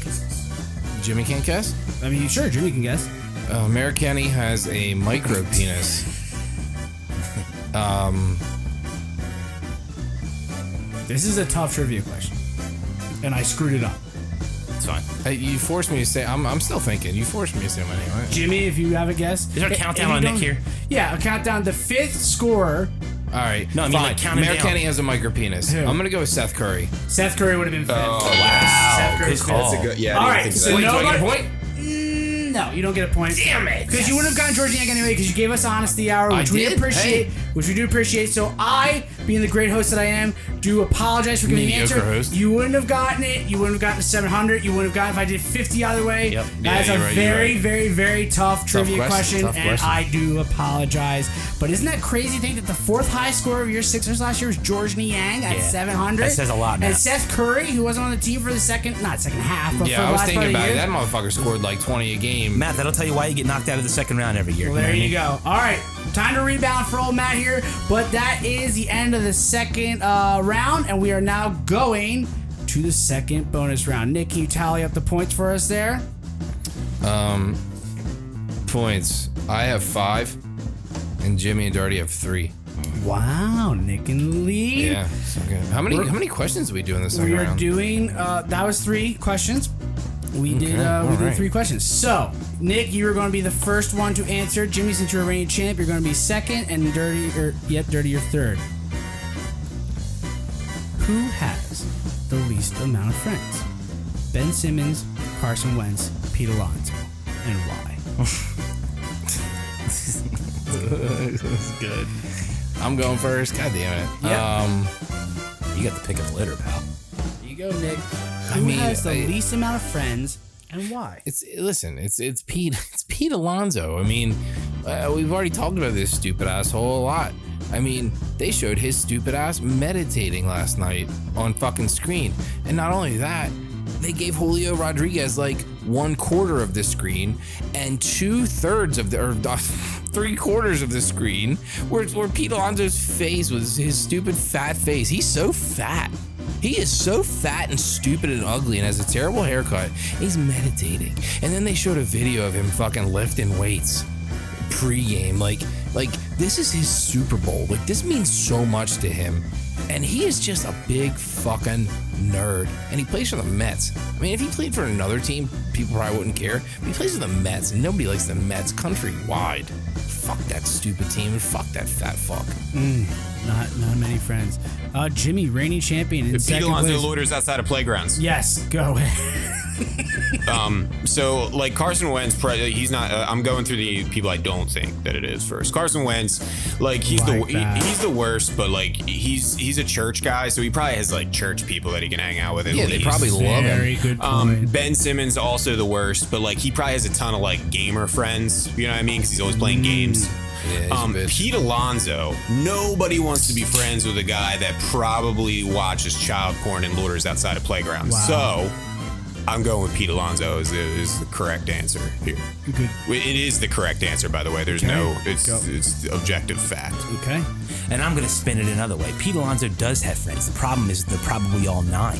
S7: Jimmy can't guess.
S3: I mean, sure, Jimmy can guess.
S7: Uh, Mayor Kenny has a micro penis.
S3: This is a tough trivia question, and I screwed it up.
S6: It's fine.
S7: Hey, you forced me to say. I'm, I'm still thinking. You forced me to say my name. Right?
S3: Jimmy, if you have a guess, is
S6: there a countdown on Nick here?
S3: Yeah, a countdown. The fifth scorer,
S7: All right.
S6: No, I mean,
S7: fine.
S6: like, counting
S7: Mayor
S6: down.
S7: Kenny has a micro penis.
S3: Who?
S7: I'm gonna go with Seth Curry.
S3: Seth Curry would have been fifth.
S7: Oh,
S6: Wow.
S3: Seth Curry's
S6: Good
S3: fifth.
S6: call.
S1: yeah,
S3: All right, so
S7: Wait, do I
S3: nobody.
S7: get a point?
S3: Mm, no, you don't get a point.
S6: Damn it.
S3: Because you would have gotten George Yank anyway, because you gave us Honesty Hour,
S7: I
S3: which we
S7: did,
S3: appreciate,
S7: hey.
S3: which we do appreciate. So I, being the great host that I am, do apologize for giving the
S7: Mediocre
S3: answer.
S7: host.
S3: You wouldn't have gotten it. You wouldn't have gotten 700. You wouldn't have gotten if I did 50 either way.
S6: Yep.
S3: That
S7: Yeah,
S3: is a
S7: you're right, you're
S3: very,
S7: right.
S3: very, very tough trivia
S7: question,
S3: question,
S7: tough
S3: and
S7: question.
S3: I do apologize. But isn't that crazy to think that the fourth high scorer of your Sixers last year was George Niang at
S6: Yeah.
S3: 700?
S6: That says a lot, man.
S3: And Seth Curry, who wasn't on the team for the second, not second half, but for
S7: Yeah,
S3: the
S7: I
S3: last
S7: was
S3: part of
S7: thinking
S3: the
S7: about it.
S3: year.
S7: That motherfucker scored like 20 a game.
S6: Matt, that'll tell you why you get knocked out of the second round every year.
S3: Well, there
S6: know what I
S3: you
S6: mean?
S3: go. All right, time to rebound for old Matt here. But that is the end of the second uh, round, and we are now going to the second bonus round. Nick, can you tally up the points for us there?
S7: Um, Points. I have five, and Jimmy and Darty have three.
S3: Wow, Nick in the lead.
S7: Yeah. So good. How many how many questions do we do in this second
S3: We are
S7: round?
S3: doing. Uh, that was three questions. We did. Uh, we
S7: all
S3: did
S7: right.
S3: three questions. So, Nick, you were going to be the first one to answer. Jimmy, since you're a reigning champ, you're going to be second, and Dirty, or yep, Dirty, you're third. Who has the least amount of friends? Ben Simmons, Carson Wentz, Pete Alonso, and why?
S7: good. I'm going first. God damn it.
S3: Yeah.
S7: Um,
S6: You got the pick of the litter, pal.
S3: There you go, Nick. Who
S7: mean,
S3: has the
S7: I-
S3: least amount of friends, and why?
S7: it's listen, it's it's Pete, (laughs) it's Pete Alonso. I mean, uh, we've already talked about this stupid asshole a lot. I mean, they showed his stupid ass meditating last night on fucking screen, and not only that, they gave Julio Rodriguez like one quarter of the screen, and two thirds of the or (laughs) uh, three quarters of the screen where where Pete Alonso's face was his stupid fat face. He's so fat. He is so fat and stupid and ugly and has a terrible haircut. He's meditating. And then they showed a video of him fucking lifting weights pre-game. Like, like this is his Super Bowl. Like, this means so much to him. And he is just a big fucking nerd. And he plays for the Mets. I mean, if he played for another team, people probably wouldn't care. But he plays for the Mets, and nobody likes the Mets countrywide. Fuck that stupid team and fuck that fat fuck.
S3: Not, not many friends. Uh, Jimmy, reigning champion in
S1: Pete
S3: second
S1: Alonso
S3: place.
S1: loiters outside of playgrounds.
S3: Yes, go ahead.
S1: So, like Carson Wentz, pre- he's not. Uh, I'm going through the people I don't think that it is first. Carson Wentz, like he's
S3: Like
S1: the
S3: that.
S1: he, he's the worst, but like he's he's a church guy, so he probably has like church people that he can hang out with. At
S7: Yeah, they
S1: least.
S7: probably love him.
S3: Very good point.
S1: Um, ben Simmons also the worst, but like he probably has a ton of like gamer friends. You know what I mean? Because he's always playing
S3: Mm.
S1: games.
S7: Yeah, he's a
S1: Um,
S7: bitch.
S1: Pete Alonso. Nobody wants to be friends with a guy that probably watches child porn and loiters outside of playgrounds.
S3: Wow.
S1: So, I'm going with Pete Alonso is, is the correct answer here.
S3: Good.
S1: It is the correct answer, by the way. There's no, it's
S3: Go.
S1: it's objective fact.
S3: Okay.
S6: And I'm going to spin it another way. Pete Alonso does have friends. The problem is they're probably all nine.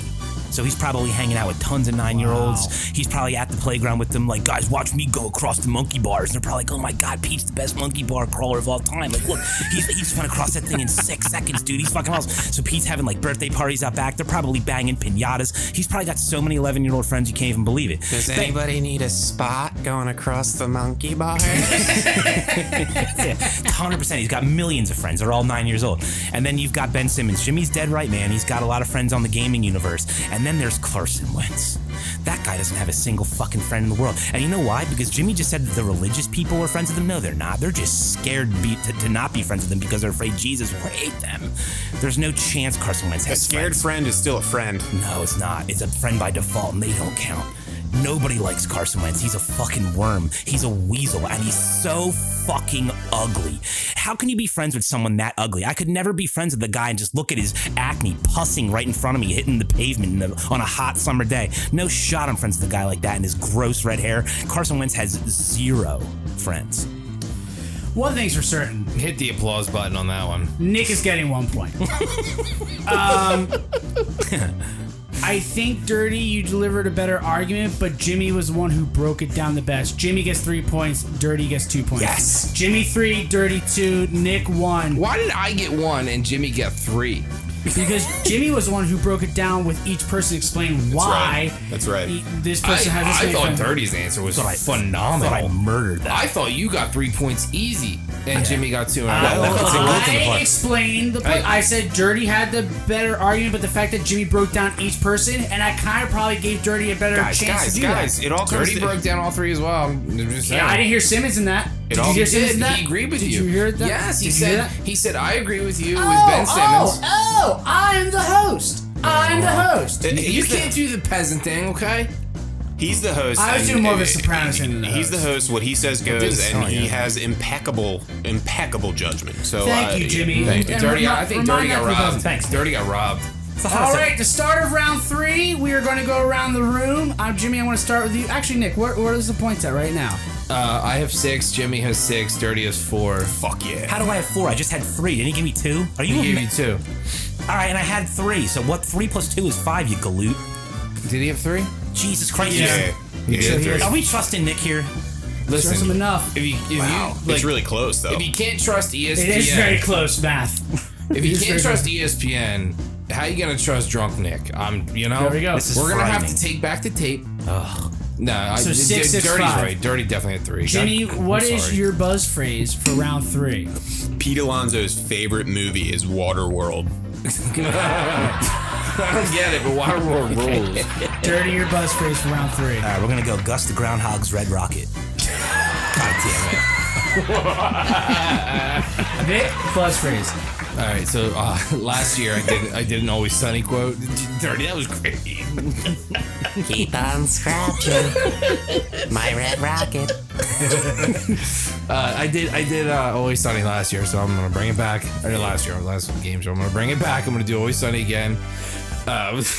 S6: So he's probably hanging out with tons of nine-year-olds.
S3: Wow.
S6: He's probably at the playground with them, like, guys, watch me go across the monkey bars. And they're probably like, oh my god, Pete's the best monkey bar crawler of all time. Like, look, (laughs) he's, he just went across that thing in six (laughs) seconds, dude. He's fucking awesome. So Pete's having like birthday parties out back. They're probably banging pinatas. He's probably got so many 11-year-old friends you can't even believe it.
S8: Does anybody need a spot going across the monkey bar?
S6: hundred percent. He's got millions of friends. They're all nine years old. And then you've got Ben Simmons. Jimmy's dead right, man. He's got a lot of friends on the gaming universe. And then there's Carson Wentz. That guy doesn't have a single fucking friend in the world. And you know why? Because Jimmy just said that the religious people are friends with them. No, they're not. They're just scared be- to, to not be friends with them because they're afraid Jesus will hate them. There's no chance Carson Wentz
S1: A
S6: has
S1: scared
S6: friends.
S1: friend is still a friend.
S6: No, it's not. It's a friend by default, and they don't count. Nobody likes Carson Wentz. He's a fucking worm. He's a weasel, and he's so fucking ugly. How can you be friends with someone that ugly? I could never be friends with the guy and just look at his acne pussing right in front of me, hitting the pavement in the, on a hot summer day. No shot I'm friends with a guy like that and his gross red hair. Carson Wentz has zero friends.
S3: One thing's for certain.
S7: Hit the applause button on that one.
S3: Nick is getting one point. um, I think Dirty, you delivered a better argument, but Jimmy was the one who broke it down the best. Jimmy gets three points, Dirty gets two points.
S6: Yes.
S3: Jimmy three, Dirty two, Nick one.
S7: Why did I get one and Jimmy get three?
S3: Because Jimmy was the one who broke it down with each person explaining why.
S1: right. That's right.
S3: e- This
S7: I,
S3: person has this
S7: I
S3: many
S7: thought
S3: friends.
S7: Dirty's answer was
S6: I-
S7: phenomenal.
S6: I murdered that.
S7: I thought you got three points easy, and Jimmy got two. And I,
S6: Well, that's a
S3: I
S6: good thing, but-
S3: explained the point.
S7: I-
S3: I said Dirty had the better argument, but the fact that Jimmy broke down each person, and I kind of probably gave Dirty a better
S1: Guys,
S3: chance
S1: guys,
S3: to do
S1: guys,
S3: that.
S1: it all comes
S7: Dirty
S1: to-
S7: broke down all three as well. I'm just saying.
S3: Yeah, I didn't hear Simmons in that. Did you
S1: all-
S3: hear
S7: He
S3: Simmons
S7: did.
S3: in that?
S7: He agreed with
S3: Did
S7: you.
S3: you hear that?
S7: Yes, he
S3: Did you hear
S7: said.
S3: that?
S7: He said, "I agree with you."
S3: Oh,
S7: with Ben Simmons. Oh.
S3: Oh, oh, I'm the host. I'm the host.
S7: You
S1: He's the-
S7: can't do the peasant thing, okay?
S1: He's the host.
S3: I was
S1: and-
S3: doing more of a
S1: and-
S3: Sopranos than uh, the
S1: He's the host. What he says
S7: didn't
S1: goes, and
S7: sound
S1: he
S7: like it.
S1: has impeccable, impeccable judgment. So uh,
S3: Thank you, Jimmy.
S7: Thank you.
S3: And
S7: Dirty,
S3: remi-
S7: I think
S3: remind
S7: Dirty got
S3: that for
S7: robbed.
S3: those- Thanks.
S7: Dirty got robbed.
S3: All right, the start of round three. We are going to go around the room. I'm Jimmy. I want to start with you. Actually, Nick, where, where is the points at right now?
S7: Uh, I have six. Jimmy has six. Dirty has four.
S1: Fuck yeah.
S6: How do I have four? I just had three. Didn't he give me two? Are you?
S7: He
S6: a
S7: gave
S6: ma-
S7: you two.
S6: All right, and I had three. So what? Three plus two is five. You galoot.
S7: Did he have three?
S6: Jesus Christ.
S1: Yeah. Yeah,
S7: So
S1: that's
S7: he
S1: right.
S7: was-
S6: Are we trusting Nick here?
S3: Trust him
S7: Listen,
S3: enough.
S7: if you if
S1: Wow.
S7: you like,
S1: it's really close though.
S7: if you can't trust E ESPN,
S3: It is very close
S7: (laughs)
S3: math.
S7: if you
S3: is very
S7: can't trust E ESPN, how you gonna trust drunk Nick? I'm, you know,
S3: There we go. This
S6: is
S7: we're gonna have
S6: frightening.
S7: to take back the tape. No, I,
S3: So
S7: D-
S3: six, six,
S7: Dirty's
S3: five.
S7: right. Dirty definitely had three.
S3: Jimmy,
S7: I- I'm
S3: what is
S7: sorry.
S3: your buzz phrase for round three?
S1: Pete Alonso's favorite movie is Waterworld.
S7: (laughs) I don't get it,
S3: (laughs)
S7: but Waterworld rules.
S3: Dirty your buzz phrase for round three.
S6: All right, we're gonna go Gus the Groundhog's Red Rocket. God damn it.
S3: Nick, buzz phrase.
S7: All right, so uh, (laughs) last year I did I did an always sunny quote. (laughs) Dirty, that was great.
S8: (laughs) Keep on scratching my red rocket.
S7: Uh, I did I did uh, always sunny last year, so I'm gonna bring it back. I did last year, last game show. I'm gonna bring it back. I'm gonna do always sunny again. Uh, (laughs)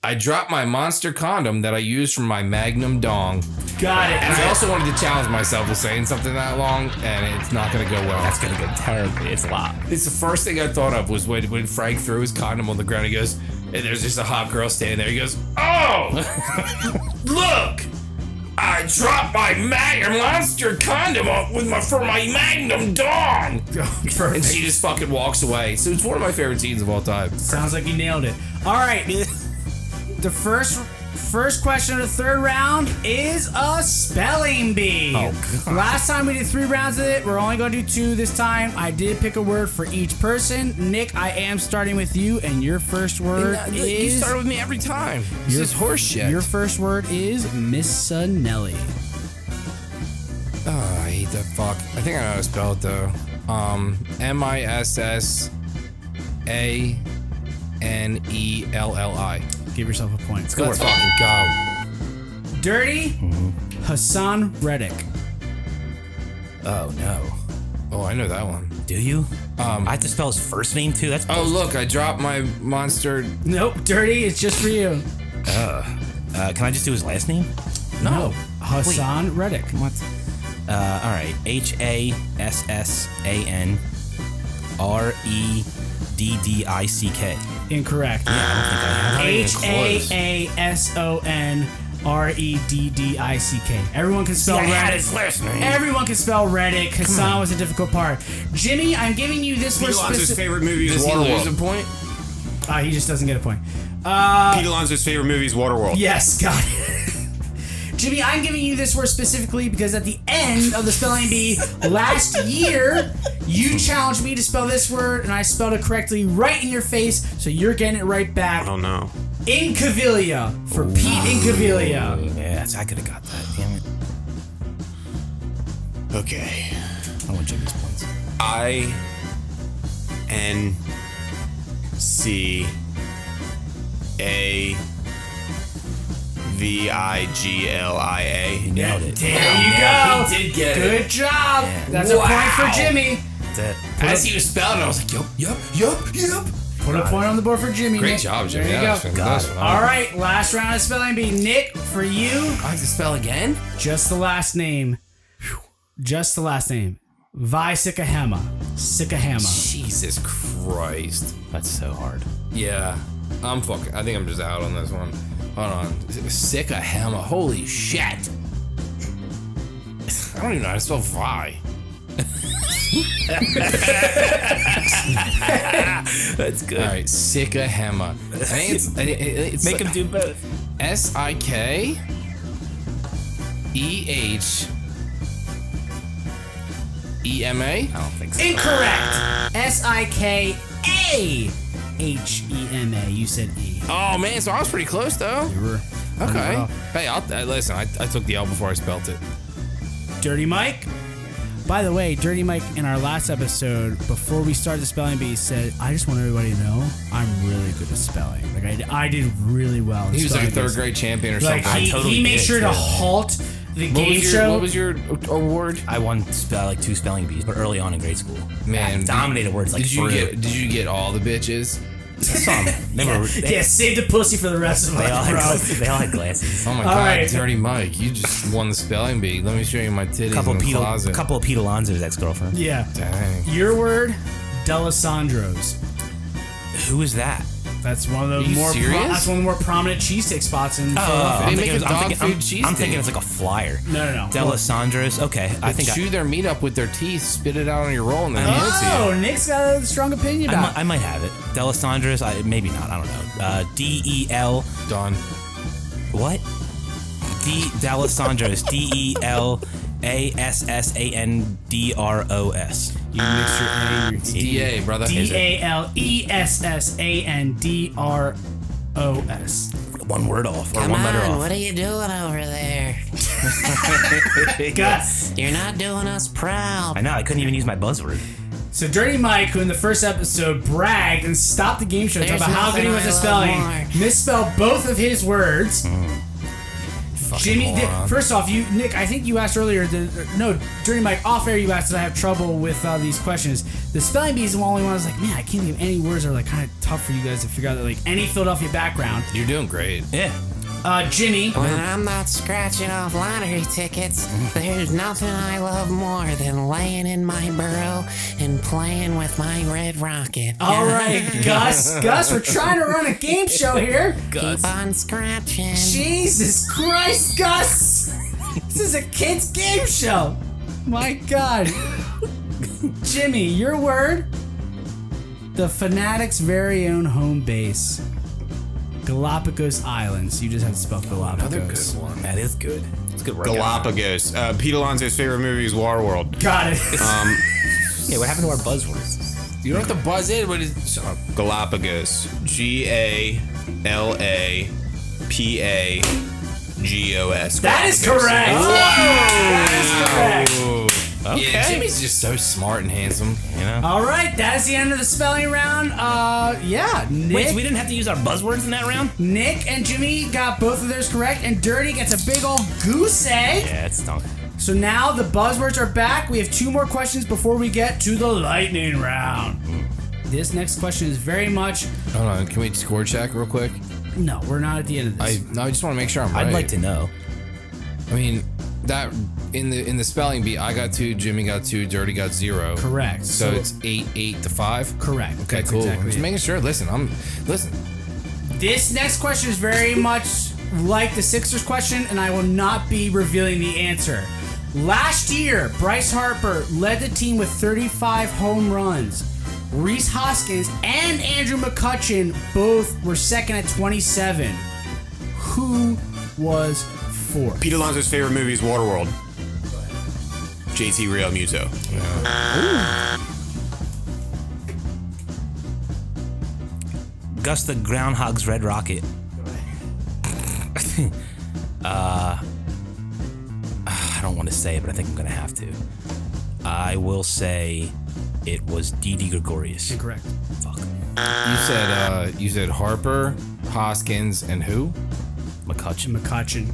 S7: I dropped my monster condom that I used from my Magnum dong,
S3: Got it.
S7: and I also wanted to challenge myself with saying something that long, and it's not gonna go well.
S6: That's gonna go terribly. It's a lot.
S7: It's the first thing I thought of was when, when Frank threw his condom on the ground. He goes, and there's just a hot girl standing there. He goes, Oh, (laughs) look, I dropped my Magnum Monster condom on with my for my Magnum (laughs) dong, and she just fucking walks away. So it's one of my favorite scenes of all time.
S3: Sounds like you nailed it. All
S7: (laughs)
S3: right. the first first question of the third round is a spelling bee.
S7: Oh,
S3: Last time we did three rounds of it. We're only going to do two this time. I did pick a word for each person. Nick, I am starting with you, and your first word
S7: uh, You
S3: is
S7: start with me every time. This is horseshit.
S3: your first word is Missanelli.
S7: Oh, I hate that fuck. I think I know how to spell it though. Um, M I S S A N E L L I.
S3: Give yourself a point.
S7: Let's Mm-hmm. fucking go.
S3: Dirty Hassan Reddick.
S6: Oh no.
S7: Oh, I know that one.
S6: Do you? Um, I have to spell his first name too. That's
S7: Oh, look, I dropped my monster.
S3: Nope, Dirty, it's just for you.
S6: uh, can I just do his last name?
S3: No. Hassan Reddick.
S6: What? Uh, all right. H A S S A N R E D D I C K.
S3: Incorrect. H A A S O N R E D D I C K. Everyone can spell Reddick.
S6: last name.
S3: Everyone can spell Reddick. Hassan was a difficult part. Jimmy, I'm giving you this for
S1: Pete Alonso's
S3: specific.
S1: favorite movie is
S7: Does he lose a
S1: Waterworld.
S7: point?
S3: Ah, he just doesn't get a point.
S1: Pete
S7: Uh,
S1: Alonso's favorite movie is Waterworld.
S3: Yes, got it. (laughs) Jimmy, I'm giving you this word specifically because at the end of the spelling bee last year, you challenged me to spell this word and I spelled it correctly right in your face, so you're getting it right back.
S1: Oh no.
S3: Incavilia for Pete Incavilia.
S6: Yeah, I could have got that. Damn it.
S1: Okay.
S6: I want Jimmy's points.
S1: I N C A V I G L I A.
S6: Nailed it.
S3: There you go.
S7: did get
S3: Good job. That's a point for Jimmy.
S6: That's it.
S7: As he was spelling, it, I was like, yup, yup, yup, yup.
S3: Put a point on the board for Jimmy.
S7: Great
S3: Nick.
S7: job, Jimmy.
S3: There you
S7: That was
S3: go.
S7: fantastic.
S3: All right, last round of spelling bee. Nick, for you,
S7: I have to spell again?
S3: just the last name. Just the last name. Vi Sikahama. Sikahama.
S7: Jesus Christ.
S6: That's so hard.
S7: Yeah. I'm fucking. I think I'm just out on this one. Hold on. Sick a hammer. Holy shit. I don't even know how to spell Vi.
S6: That's good.
S7: All right, sick a hammer. I think it's, I think it's
S6: Make him do both.
S7: S I K E H E M
S6: I
S7: A.
S6: don't think so.
S3: Incorrect. S I K A H E M A. You said E.
S7: Oh man, so I was pretty close though. Okay. Hey, I'll, uh, listen. I, I took the L before I spelt it.
S3: Dirty Mike. By the way, Dirty Mike in our last episode, before we started the spelling bee, said, "I just want everybody to know I'm really good at spelling. Like I, I did really well." in
S7: He was like a
S3: spelling
S7: third
S3: bees."
S7: grade champion or
S3: Like
S7: something.
S3: he,
S6: totally
S3: he made
S6: did,
S3: sure to
S6: yeah.
S3: halt the
S7: what,
S3: game
S7: was your,
S3: show.
S7: what was your award?
S6: I won spell like two spelling bees, but early on in grade school,
S7: Man,
S6: I dominated words like
S7: Did you
S6: fruit.
S7: get Did you get all the bitches? (laughs)
S6: some? They were
S3: (laughs)
S6: they,
S3: yeah, save the pussy for the rest of
S6: they all
S3: us,
S6: had,
S3: bro.
S6: they all had glasses.
S7: Oh my
S3: All
S7: god,
S3: right.
S7: Dirty Mike, you just won the spelling bee. Let me show you my titties
S6: couple
S7: in
S6: of
S7: the
S6: Pete,
S7: closet.
S6: couple of Pete Alonso's ex girlfriend.
S3: yeah,
S7: Dang.
S3: your word, Delisandro's.
S6: Who is that?
S3: That's one of
S7: Are
S3: the
S7: you
S3: more pro-
S7: serious? Oh.
S3: that's one of the more prominent cheesesteak spots in Philadelphia.
S7: They
S6: I'm
S7: make
S6: thinking,
S7: a
S6: I'm
S7: dog
S6: thinking-
S7: food
S6: I'm-
S7: cheese
S6: I'm thinking
S7: dip.
S6: it's like a flyer.
S3: No, no, no.
S6: Delisandro's. Okay, I
S7: They
S6: think I,
S7: chew their meat up with their teeth, spit it out on your roll, and then hand it to you.
S3: Oh, Nick's got a strong opinion
S6: I,
S3: about.
S6: might, I might have it. Delisandro's. I, maybe not. I don't know. Uh, D E L.
S7: Done.
S6: What? D Delisandro's. D E L A S S A N D R O S.
S3: You mix your A and your T.
S7: DA, brother.
S3: D A L E S S A N D R O S.
S6: One word off or one letter off.
S8: what are you doing over there?
S6: (laughs)
S3: Gus.
S8: You're not doing us proud.
S6: I know. I couldn't even use my buzzword.
S3: So Dirty Mike, who in the first episode bragged and stopped the game show talking
S8: There's
S3: about how good he was at
S8: nothing
S3: spelling,
S8: I love Hmm.
S3: misspelled both of his words. Jimmy, Nick-
S7: moron.
S3: first off, you Nick, I think you asked earlier. The, no, Dirty Mike, off air, you asked that I have trouble with uh, these questions. The spelling bee is the only one. I was like, man, I can't think of any words that are like kind of tough for you guys to figure out. Like any Philadelphia background.
S7: You're doing great.
S6: Yeah.
S3: Uh, Jimmy,
S8: When I'm not scratching off lottery tickets, there's nothing I love more than laying in my burrow and playing with my red rocket.
S3: All right,
S6: (laughs)
S3: Gus. Gus, we're trying to run a game show here.
S8: Keep on scratching.
S3: Jesus Christ, Gus! This is a kid's game show. My God. Jimmy, your word? The Fanatic's very own home base. Galapagos Islands. You just have to spell Galapagos.
S7: one.
S6: That is good. It's good work.
S1: Galapagos. Uh, Pete Alonso's favorite movie is Waterworld.
S3: Got it.
S6: Yeah, what happened to our buzzwords?
S7: You don't have to buzz in, but it's. Shut up.
S1: Galapagos. G A L A P A G O S.
S3: that is correct. That is correct.
S7: Yeah, Jimmy's just so smart and handsome. You know.
S3: All right, that is the end of the spelling round. Uh, yeah, Nick.
S6: Wait, so we didn't have to use our buzzwords in that round?
S3: Nick and Jimmy got both of theirs correct, and Dirty gets a big old goose egg.
S6: Yeah, it stunk.
S3: So now the buzzwords are back. We have two more questions before we get to the lightning round. This next question is very much
S7: Hold on. Can we score check real quick?
S3: no, we're not at the end of
S7: I
S3: this.
S7: no, I just want to make sure I'm right.
S6: I'd like to know.
S7: I mean, that in the in the spelling bee, I got two, Jimmy got two, Dirty got zero.
S3: correct.
S7: So, it's eight, eight to five.
S3: correct.
S7: Okay,
S3: That's
S7: cool.
S3: exactly
S7: just
S3: it.
S7: making sure. Listen, I'm listen.
S3: This next question is very much like the Sixers question, and I will not be revealing the answer. Last year, Bryce Harper led the team with 35 home runs. Reese Hoskins and Andrew McCutcheon both were second at 27. Who was fourth?
S1: Pete Alonso's favorite movie is Waterworld. JT Real Muto.
S7: (laughs)
S6: Gus the Groundhog's Red Rocket. Uh, I don't want to say it, but I think I'm going to have to. I will say it was Didi Gregorius.
S3: Correct.
S6: Fuck.
S7: You said uh, you said Harper, Hoskins, and who?
S6: McCutcheon.
S3: McCutcheon.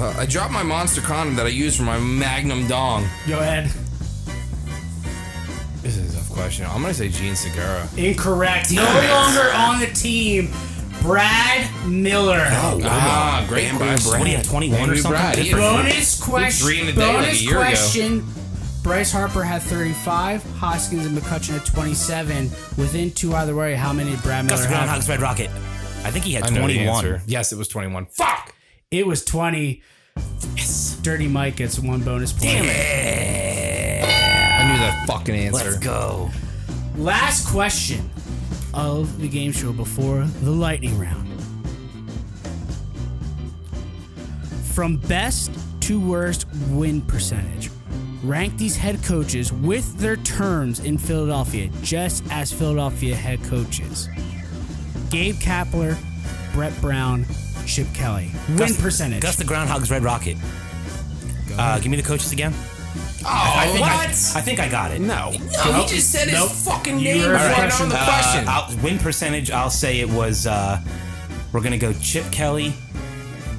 S7: Uh, I dropped my monster condom that I use for my Magnum dong.
S3: Go ahead.
S7: This is a tough question. I'm gonna say Gene Segura.
S3: Incorrect. No longer on the team. Brad Miller.
S7: Ah, great
S1: Bamboo
S7: question.
S6: What do you have, 21 or
S7: Andrew
S6: something?
S7: Brad,
S6: Good
S7: yeah.
S6: for you.
S3: Bonus question.
S7: three in a day, like a
S3: bonus
S7: year ago.
S3: question. Bryce Harper had 35. Hoskins and McCutcheon had 27. Within two either way, how many did Brad Miller
S6: Dusty
S3: have?
S6: Groundhog's Red Rocket. I think he had
S7: I know the
S6: 21.
S7: answer. Yes, it was 21. Fuck.
S3: It was 20.
S6: Yes.
S3: Dirty Mike gets one bonus point.
S6: Damn it.
S7: I knew that fucking answer.
S6: Let's go.
S3: Last question of the game show before the lightning round. From best to worst win percentage, rank these head coaches with their terms in Philadelphia, just as Philadelphia head coaches. Gabe Kapler, Brett Brown, Chip Kelly. Win
S6: Gus-
S3: percentage.
S6: Gus the Groundhog's Red Rocket. Uh, give me the coaches again.
S7: Oh, what?
S6: I think I got it.
S7: no. No,
S3: Nope.
S7: he just said his
S3: Nope.
S7: fucking
S3: You
S7: name
S3: were
S7: before I
S3: right.
S7: on the
S3: Uh,
S7: question.
S6: I'll, win percentage, I'll say it was. Uh, we're gonna go Chip Kelly,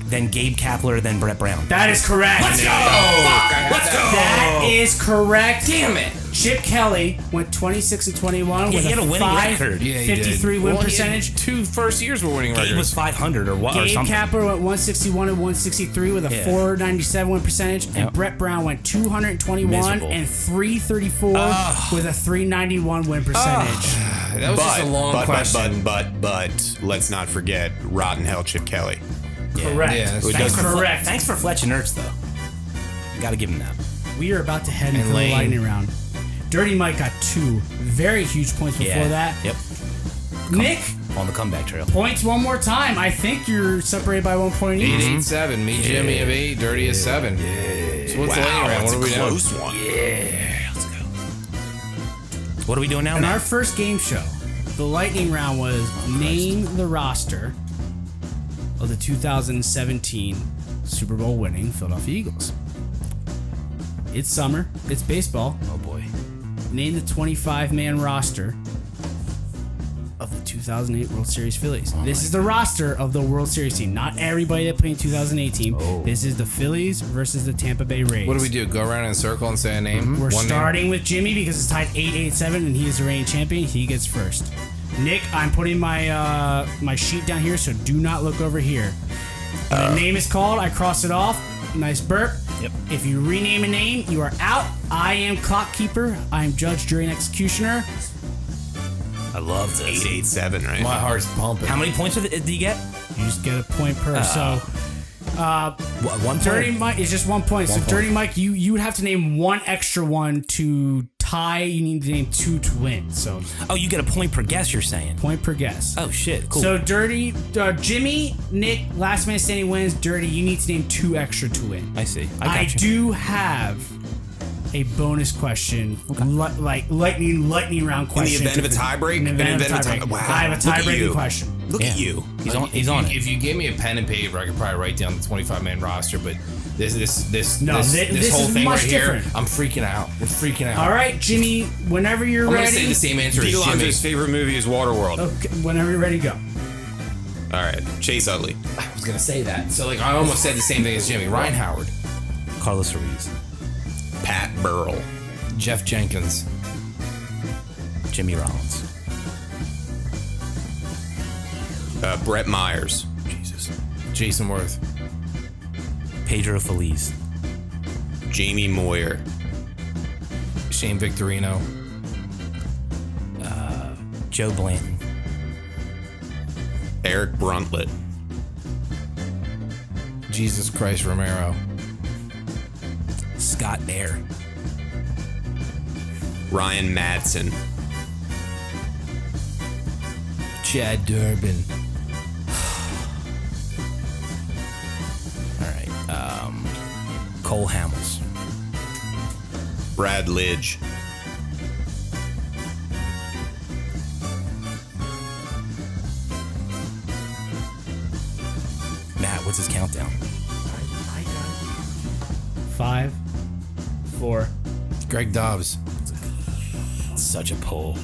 S6: then Gabe Kapler, then Brett Brown.
S3: that is correct.
S6: Let's
S7: Oh,
S6: go!
S3: Oh.
S6: Let's go!
S3: That is correct.
S7: Damn it.
S3: Chip Kelly went 26 and 21
S6: Yeah,
S3: with
S6: he had a winning
S3: five,
S6: record.
S7: Yeah, he did.
S3: 53 win
S7: Well, he had
S3: percentage.
S7: Two first years were winning
S6: Gabe was
S7: records.
S6: 500 or what or
S3: Gabe
S6: something.
S3: Kapler went 161 and 163 with a
S6: Yeah.
S3: 497 win percentage, and
S6: Yep.
S3: Brett Brown went 221
S6: Miserable.
S3: and 334 with a 391 win percentage.
S7: That was just a long
S1: but, but,
S7: question.
S1: but, but, but, let's not forget Rotten Hell Chip Kelly.
S3: Correct.
S7: Yeah, that's
S1: It
S6: Thanks
S1: doesn't-
S6: for Fle-
S3: Correct.
S6: thanks for Fletch and Ertz, though. Gotta give him that.
S3: We are about to head into the
S7: Lane.
S3: lightning round. Dirty Mike got two very huge points before
S6: Yeah.
S3: that.
S6: Yep.
S3: Nick,
S6: On the comeback trail.
S3: points one more time. I think you're separated by one point each.
S7: Eight eight seven. Me Jimmy of eight. Dirty as seven. So what's the lane round? What
S1: that's
S7: are we
S1: a
S7: doing?
S1: close one.
S6: Yeah, let's go. What are we doing now,
S3: In
S6: Matt?
S3: our first game show, the lightning round was
S7: Oh,
S3: name the roster of the 2017 Super Bowl winning Philadelphia Eagles. It's summer, it's baseball.
S6: Oh boy.
S3: Name the 25 man roster of the 2008 World Series Phillies.
S7: Oh,
S3: this is the roster of the World Series team, not everybody that played in 2018. This is the Phillies versus the Tampa Bay Rays.
S7: Oh. What do we do? Go around in a circle and say a name.
S3: Mm-hmm. We're
S7: One name?
S3: starting with Jimmy because it's tied 8-8-7 and he is the reigning champion. He gets first. Nick, I'm putting my uh, my sheet down here, so do not look over here. When a name is called, I cross it off. Nice burp.
S6: Yep.
S3: If you rename a name, you are out. I am clock keeper. I am judge, jury, and executioner.
S6: I love this.
S1: 887, right?
S7: My heart's pumping.
S6: How many points did did you get?
S3: You just get a point per. so
S6: Wha- One
S3: Dirty
S6: point?
S3: Mike is just one point. so Dirty Mike, you you would have to name one extra one to tie. You need to name two to win. So
S6: Oh, you get a point per guess, you're saying.
S3: point per guess.
S6: Oh, shit. Cool.
S3: So dirty, uh, Jimmy, Nick, last man standing wins. Dirty, you need to name two extra to win.
S6: I see. I got
S3: I,
S6: you.
S3: do have a bonus question, li- like lightning, lightning round
S1: In the
S3: question.
S1: event of a tiebreak?
S3: In the event of a
S1: tie-
S3: tiebreak.
S1: Wow.
S3: I have a
S1: Look at you.
S3: tiebreaking question.
S1: Look at you.
S6: He's on,
S7: If
S6: he's
S7: you-
S6: on it.
S7: If you gave me a pen and paper, I could probably write down the 25 man roster, but this this this
S3: No,
S7: this,
S3: thi-
S7: this,
S3: this
S7: whole
S3: is
S7: thing
S3: much
S7: right here,
S3: different.
S7: I'm freaking out. We're freaking out.
S3: All right, Jimmy, whenever you're
S7: I'm gonna say
S3: ready.
S7: the same answer as Jimmy. Oh.
S1: DeLonzo's favorite movie is Waterworld.
S3: Okay, whenever you're ready, go.
S1: All right, Chase Utley.
S7: I was gonna say that. So like I almost said the same thing as Jimmy. Ryan Howard,
S6: Carlos Ruiz.
S1: Pat Burrell.
S7: Jeff Jenkins,
S6: Jimmy Rollins.
S1: Uh, Brett Myers. Jesus.
S7: Jason Worth,
S6: Pedro Feliz.
S1: Jamie Moyer.
S7: Shane Victorino,
S6: Joe Blanton.
S1: Eric Bruntlett.
S7: Jesus Christ Romero,
S6: Scott Bear.
S1: Ryan Madsen.
S7: Chad Durbin,
S6: All right. Um, Cole Hamels.
S1: Brad Lidge.
S6: Matt, what's his countdown?
S3: Five, four.
S7: Greg Dobbs.
S6: Such a pull.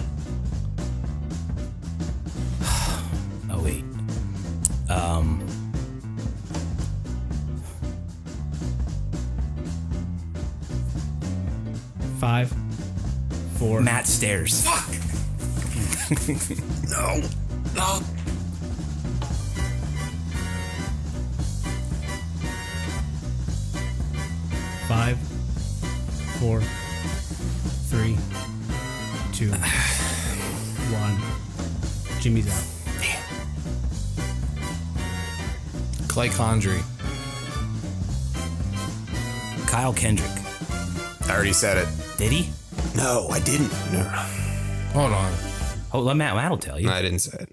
S6: (sighs) oh wait. Um.
S3: Five, four.
S6: Matt stares. Fuck. no. No.
S3: Five, four, three, two, one. Jimmy's out.
S7: Clay Condry.
S6: Kyle Kendrick.
S1: I already said it.
S6: Did he?
S1: No, I didn't. No,
S7: Hold on.
S6: Oh, let Matt. Matt'll tell you.
S1: I didn't say it.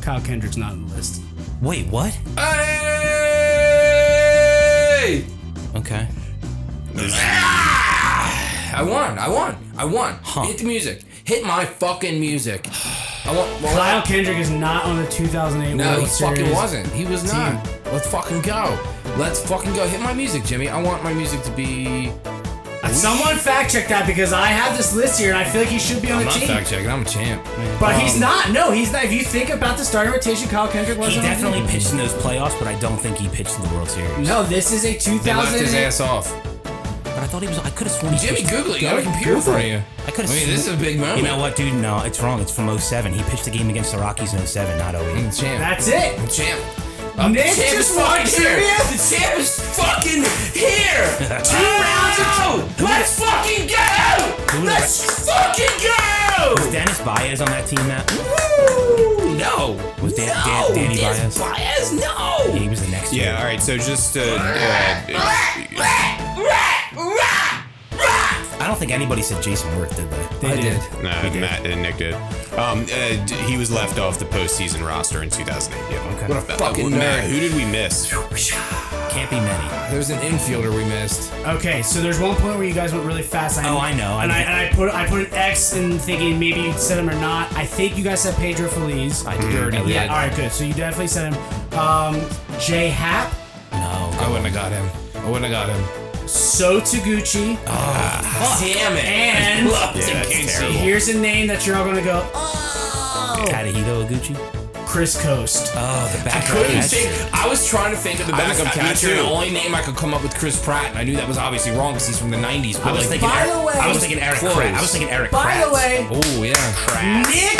S3: Kyle Kendrick's not on the list.
S6: Wait, what?
S7: Hey!
S6: Okay.
S7: I won. I won. I won.
S6: Huh.
S7: Hit the music. Hit my fucking music. I want. well,
S3: Kyle Kendrick is not on the 2008
S7: No,
S3: World
S7: he
S3: Series.
S7: fucking wasn't. He was not. Let's fucking go. Let's fucking go. Hit my music, Jimmy. I want my music to be.
S3: Uh, Someone fact check that because I have this list here and I feel like he should be on the team.
S7: checking. I'm a champ.
S3: But he's not. No, he's not. If you think about the starting rotation, Kyle Kendrick was
S6: He
S3: on the
S6: definitely
S3: team.
S6: pitched in those playoffs, but I don't think he pitched in the World Series.
S3: No, this is a
S7: They left his
S3: 2008.
S7: ass off.
S6: But I thought he was. I could have sworn he
S7: Jimmy,
S6: pitched-
S7: Google it. You got a computer in front of you.
S6: I could have.
S7: I mean, this is a big moment.
S6: You know what, dude? No, it's wrong. It's from 07. He pitched the game against the Rockies in 07, not 08.
S7: I'm the champ.
S3: That's it.
S7: I'm the champ. I'm
S3: Nick
S7: the champ
S3: just
S7: is fucking
S3: won
S7: here.
S3: trivia?
S7: The champ is fucking here. Two rounds ago. Let's fucking go.
S6: Who
S7: Let's fucking go.
S6: Was Dennis Baez on that team, Matt?
S7: Woo! No.
S6: Was Dan- Dan- Danny
S7: Dennis
S6: Baez?
S7: Baez? No.
S6: Yeah, he was the next
S1: Yeah. All
S6: year.
S1: right. So just uh, uh,
S6: I don't think anybody said Jason Worth, did they?
S7: I did.
S1: No, Matt and Nick did. Um, uh, d- he was left off the postseason roster in 2008. Yeah,
S6: Okay.
S7: What a
S1: Uh,
S7: fucking
S1: Matt,
S7: nerd.
S1: who did we miss?
S6: Can't be many.
S7: There was an infielder we missed.
S3: Okay, so there's one point where you guys went really fast.
S6: Oh, I know. I
S3: and, I,
S6: know.
S3: and I put I put an X in thinking maybe you said him or not. I think you guys said Pedro Feliz.
S6: I did.
S7: Dirty.
S6: I did.
S3: yeah. All right, good. So you definitely said him. Um, J Hap,
S6: No.
S7: I wouldn't have got him. I wouldn't have got him.
S3: So Taguchi,
S6: Ah,
S7: Damn
S6: (laughs)
S7: it.
S3: and
S1: Yeah, that's terrible.
S3: here's a name that you're all gonna go. Oh,
S6: Tadahito Iguchi.
S3: Chris Coast.
S6: Oh, the
S7: I
S6: back
S7: couldn't
S6: catcher.
S7: think. I was trying to think of the
S1: I
S7: backup
S1: was- me
S7: catcher.
S1: too.
S7: The only name I could come up with Chris Pratt, and I knew that was obviously wrong because he's from the '90s. But
S6: I was
S7: like,
S6: thinking.
S3: By
S6: Eric,
S3: the way-
S6: I was thinking Eric.
S7: Close.
S6: Kratz. I was thinking Eric.
S3: By the
S6: Kratz.
S3: way,
S7: oh yeah,
S3: Nick,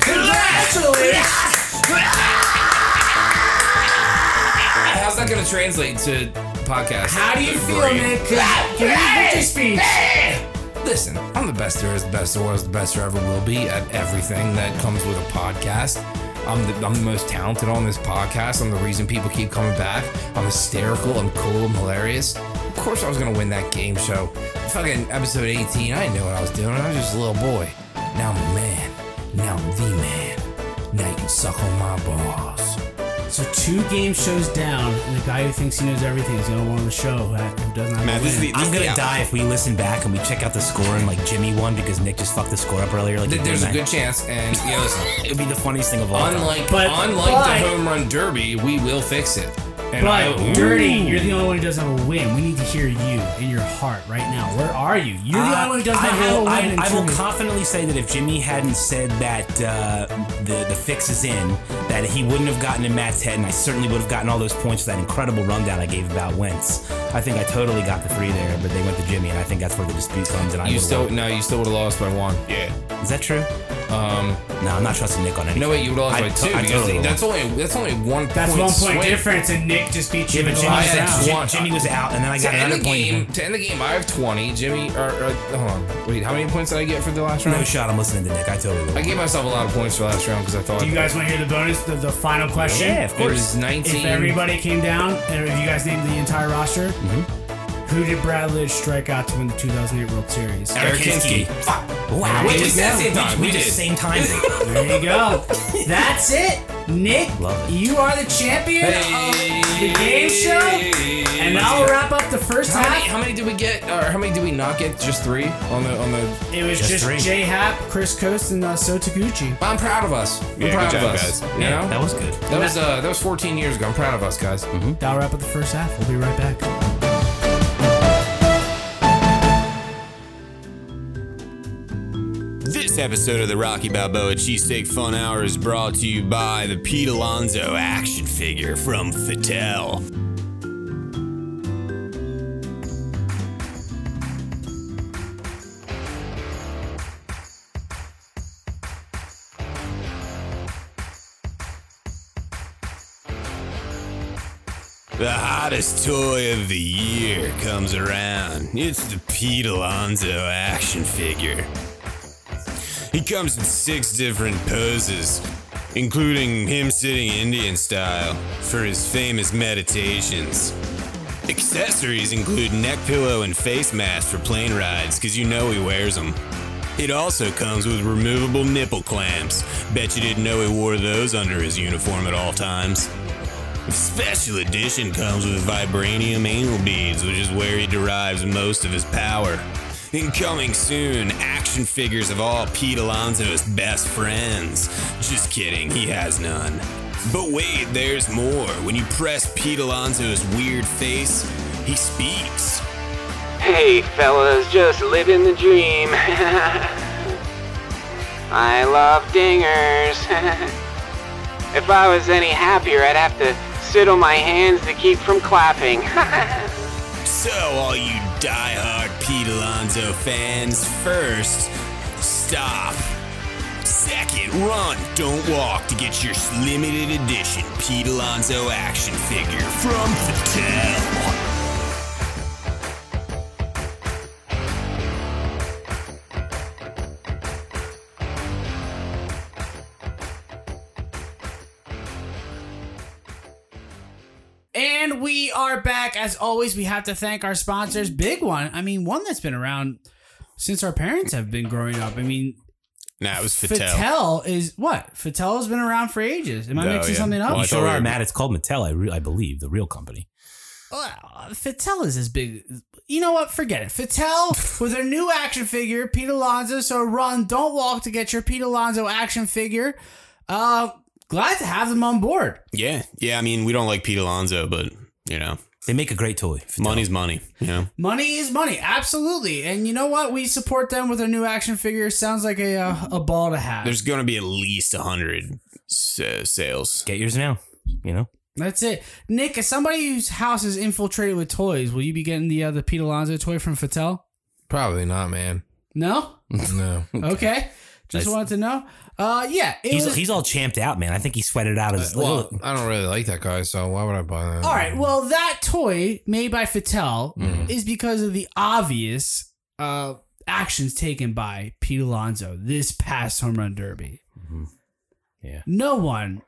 S3: congratulations.
S7: How's that going to translate to podcast?
S3: How do you feel,
S7: Great.
S3: Nick? Give me a victory speech.
S7: Listen, I'm the best there is, the best there was, the best there ever will be at everything that comes with a podcast. I'm the, I'm the most talented on this podcast. I'm the reason people keep coming back. I'm hysterical. I'm cool. I'm hilarious. Of course, I was going to win that game show. Fucking episode 18, I didn't know what I was doing. I was just a little boy. Now I'm a man. Now I'm the man. Now you can suck on my balls.
S3: So two game shows down, and the guy who thinks he knows everything is the only one on the show who who does not.
S1: Matt,
S3: know
S1: this is
S3: anything.
S1: the.
S6: I'm
S1: this-
S6: gonna
S1: yeah.
S6: die if we listen back and we check out the score and like Jimmy won because Nick just fucked the score up earlier. Like he
S7: Th-
S6: did
S7: There's a
S6: that.
S7: good chance, and you know, listen.
S6: It'd be the funniest thing of all. time.
S7: Unlike
S3: But-
S7: unlike
S3: but-
S7: the home run derby, we will fix it. And
S3: But
S7: I,
S3: dirty, you're the only one who doesn't have a win. We need to hear you in your heart right now. Where are you? You're the
S6: Uh,
S3: only one who does not
S6: I
S3: have a
S6: will,
S3: win.
S6: I-
S3: in
S6: I will
S3: trivia.
S6: confidently say that if Jimmy hadn't said that uh, the the fix is in, that he wouldn't have gotten in Matt's head, and I certainly would have gotten all those points for that incredible rundown I gave about Wentz. I think I totally got the three there, but they went to Jimmy, and I think that's where the dispute comes. And I
S7: you
S6: would've
S7: still
S6: won.
S7: no, you still would have lost by one.
S1: Yeah.
S6: is that true?
S7: Um,
S6: No, I'm not trusting Nick on anything.
S7: no wait, you would have lost
S6: I
S7: by
S6: to-
S7: two.
S6: I
S7: because
S6: totally
S7: that's only that's only one.
S3: That's
S7: point
S3: one point
S7: swing.
S3: difference, and Nick just beat you.
S6: Yeah,
S3: in
S6: but
S3: the
S6: Jimmy
S7: I
S6: was,
S3: last
S7: had
S3: round.
S7: two.
S6: out. Jimmy was out, and then I
S7: To
S6: got
S7: end
S6: another
S7: the
S6: point.
S7: game, to end the game, I have twenty. Jimmy, or, or hold on, wait, how many points did I get for the last round?
S6: No shot. I'm listening to Nick. I totally would.
S7: I gave myself a lot of points for last round because I thought
S3: Do you guys want to hear the bonus, the, the final question?
S6: Yeah, of
S7: it
S6: course.
S7: was nineteen.
S3: If everybody came down, and if you guys named the entire roster,
S6: Mm-hmm.
S3: who did Brad Lidge strike out to win the 2008 World Series?
S6: Eric Hinsky. Wow,
S7: We
S6: we
S7: did
S6: just
S7: that same time.
S6: We,
S7: (laughs) We
S6: did
S7: did.
S6: same time.
S3: There you (laughs) go. That's it. Nick,
S6: Love it.
S3: you are the champion of the game show. And that'll wrap up the first
S7: How many,
S3: half.
S7: how many did we get? Or how many did we not get? Just three on the on the.
S3: It was
S6: Just
S3: just,
S6: three.
S3: J Hap, Chris Coast, and uh, Sotaguchi.
S7: But I'm proud of us. I'm
S1: Yeah,
S7: proud
S1: good
S7: of
S1: job,
S7: us.
S1: guys.
S7: You
S6: Yeah,
S7: know,
S6: that Mm-hmm. was good.
S7: that was uh, that was 14 years ago. I'm proud of us, guys.
S3: That'll wrap up the first half. We'll be right back.
S1: This episode of the Rocky Balboa Cheesesteak Fun Hour is brought to you by the Pete Alonzo action figure from Fattel. The hottest toy of the year comes around. It's the Pete Alonzo action figure. He comes in six different poses, including him sitting Indian style for his famous meditations. Accessories include neck pillow and face mask for plane rides, because you know he wears them. It also comes with removable nipple clamps. Bet you didn't know he wore those under his uniform at all times. The special edition comes with vibranium anal beads, which is where he derives most of his power. Incoming soon, action figures of all Pete Alonso's best friends. Just kidding, he has none. But wait, there's more. When you press Pete Alonso's weird face, he speaks.
S9: Hey, fellas, just living the dream. (laughs) I love dingers. (laughs) if I was any happier, I'd have to sit on my hands to keep from clapping.
S1: So, all you diehard Pete Alonso fans, first, stop. Second, run, don't walk to get your limited edition Pete Alonso action figure from Fattel.
S3: And we are back. As always, we have to thank our sponsors. Big one. I mean, one that's been around since our parents have been growing up. I mean,
S1: Nah, it was
S3: Fattel,
S1: Fattel.
S3: is what? Fattel has been around for ages. Am I
S1: Oh,
S3: mixing
S1: yeah.
S3: something up?
S1: Well, I
S6: You sure
S1: thought we
S6: are,
S1: were-
S6: Matt. It's called Mattel, I, re- I believe, the real company.
S3: Well, Fattel is as big. You know what? Forget it. Fattel with their new action figure, Pete Alonso. So run, don't walk to get your Pete Alonso action figure. Uh, glad to have them on board.
S1: Yeah, yeah. I mean, we don't like Pete Alonso, but you know,
S6: They make a great toy.
S1: money's money. You know,
S3: Money is money, absolutely. And you know what? We support them with their new action figure. Sounds like a uh, a ball to have.
S1: there's going to be at least a hundred uh, sales.
S6: Get yours now. You know,
S3: That's it. Nick, if somebody whose house is infiltrated with toys, will you be getting the uh, the Pete Alonso toy from Fattel?
S7: Probably not, man.
S3: No.
S7: No.
S3: Okay. Just
S6: Nice.
S3: wanted to know. Uh, yeah. It
S6: he's,
S3: was-
S6: he's all champed out, man. I think he sweated out
S3: Uh,
S6: his.
S7: Well, I don't really like that guy, so why would I buy that?
S3: All right. Well, that toy made by Fattel is because of the obvious uh, actions taken by Pete Alonso this past home run derby.
S6: Yeah.
S3: No one.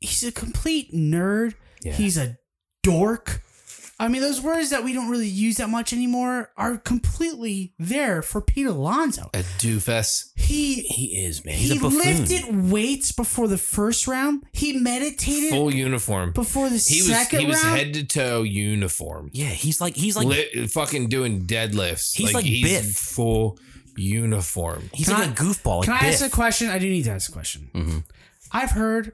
S3: He's a complete nerd.
S6: Yeah.
S3: He's a dork. I mean, those words that we don't really use that much anymore are completely there for Pete Alonso.
S7: A doofus.
S3: He
S6: he is, man. He's
S3: he
S6: a buffoon.
S3: lifted weights before the first round. He meditated
S7: Full uniform.
S3: before the
S7: He was
S3: second
S7: he was
S3: round.
S7: head to toe uniform.
S6: Yeah, he's like he's like
S7: Li- fucking doing deadlifts.
S6: He's like Biff.
S7: full uniform.
S6: he's
S3: Can
S6: like
S3: I-
S6: a goofball. Like Mm-hmm.
S3: Can I
S6: Biff.
S3: ask a question? I do need to ask a question. I've heard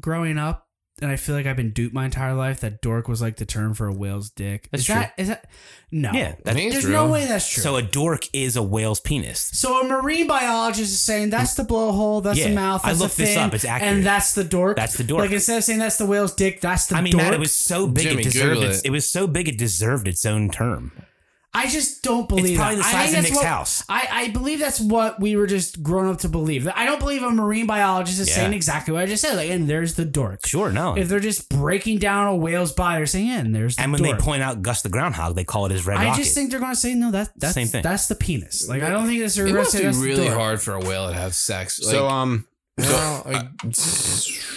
S3: growing up, and I feel like I've been duped my entire life that dork was like the term for a whale's dick.
S6: That's
S3: is that is that no?
S6: Yeah,
S7: I think it's
S3: there's
S7: true.
S3: no way that's true.
S6: So
S3: So,
S6: a dork is a whale's penis.
S3: a marine biologist is saying that's the blowhole, that's the
S6: Yeah,
S3: mouth,
S6: I
S3: that's
S6: looked
S3: the
S6: this
S3: fin,
S6: up. It's accurate.
S3: and that's the dork.
S6: That's the dork.
S3: Like instead of saying that's the whale's dick, that's the
S6: I mean,
S3: dork.
S6: man, it was so big
S7: Jimmy,
S6: it deserved
S7: Google
S6: its,
S7: it.
S6: it. was so big it deserved its own term.
S3: I just don't believe
S6: probably
S3: that.
S6: the
S3: I
S6: size
S3: think
S6: of
S3: that's
S6: Nick's
S3: what-
S6: house.
S3: I, I believe that's what we were just grown up to believe. I don't believe a marine biologist is
S6: Yeah.
S3: saying exactly what I just said. Like, and there's the dork.
S6: Sure, no.
S3: If they're just breaking down a whale's body, they're saying, yeah, and there's the
S6: and when
S3: dork.
S6: they point out Gus the groundhog, they call it his red
S3: I
S6: rocket.
S3: just think they're going to say, no, that, that's,
S6: Same thing.
S3: that's the penis. Like, I don't think this is
S7: It
S3: going to
S7: must
S3: say
S7: be
S3: that's the
S7: really
S3: dork.
S7: hard for a whale to have sex.
S1: So,
S7: Like,
S1: um,
S7: no, like,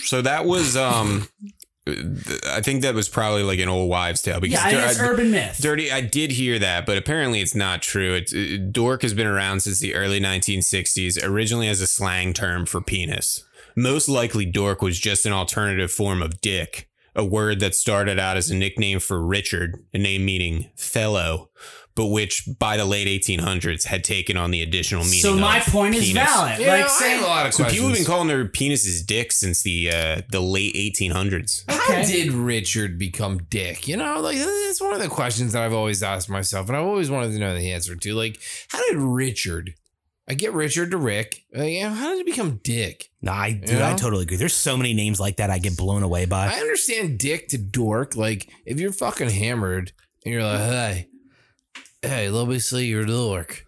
S1: so that was um, th- I think that was probably like an old wives' tale because
S3: Yeah, I think
S1: there-
S3: it's
S1: I-
S3: urban myth.
S1: Dirty, I did hear that, but apparently it's not true. It's, it, dork has been around since the early 1960s, originally as a slang term for penis. Most likely, dork was just an alternative form of dick, a word that started out as a nickname for Richard, a name meaning fellow, but which by the late 1800s had taken on the additional meaning.
S3: So my
S1: of
S3: point is
S1: penis.
S3: valid.
S7: Yeah,
S3: uh, like,
S7: I
S3: say,
S7: have a lot of
S1: So
S7: questions.
S1: people have been calling their penises dicks since the uh, the late 1800s.
S7: How
S3: Okay.
S7: did Richard become Dick? You know, like it's one of the questions that I've always asked myself, and I've always wanted to know the answer to. Like, how did Richard? I get Richard to Rick. Uh, you know, how did he become Dick?
S6: Nah, I, dude, I
S7: Yeah.
S6: totally agree. There's so many names like that I get blown away by.
S7: I understand Dick to Dork. Like, if you're fucking hammered and you're like, hey, hey, let me see your dork.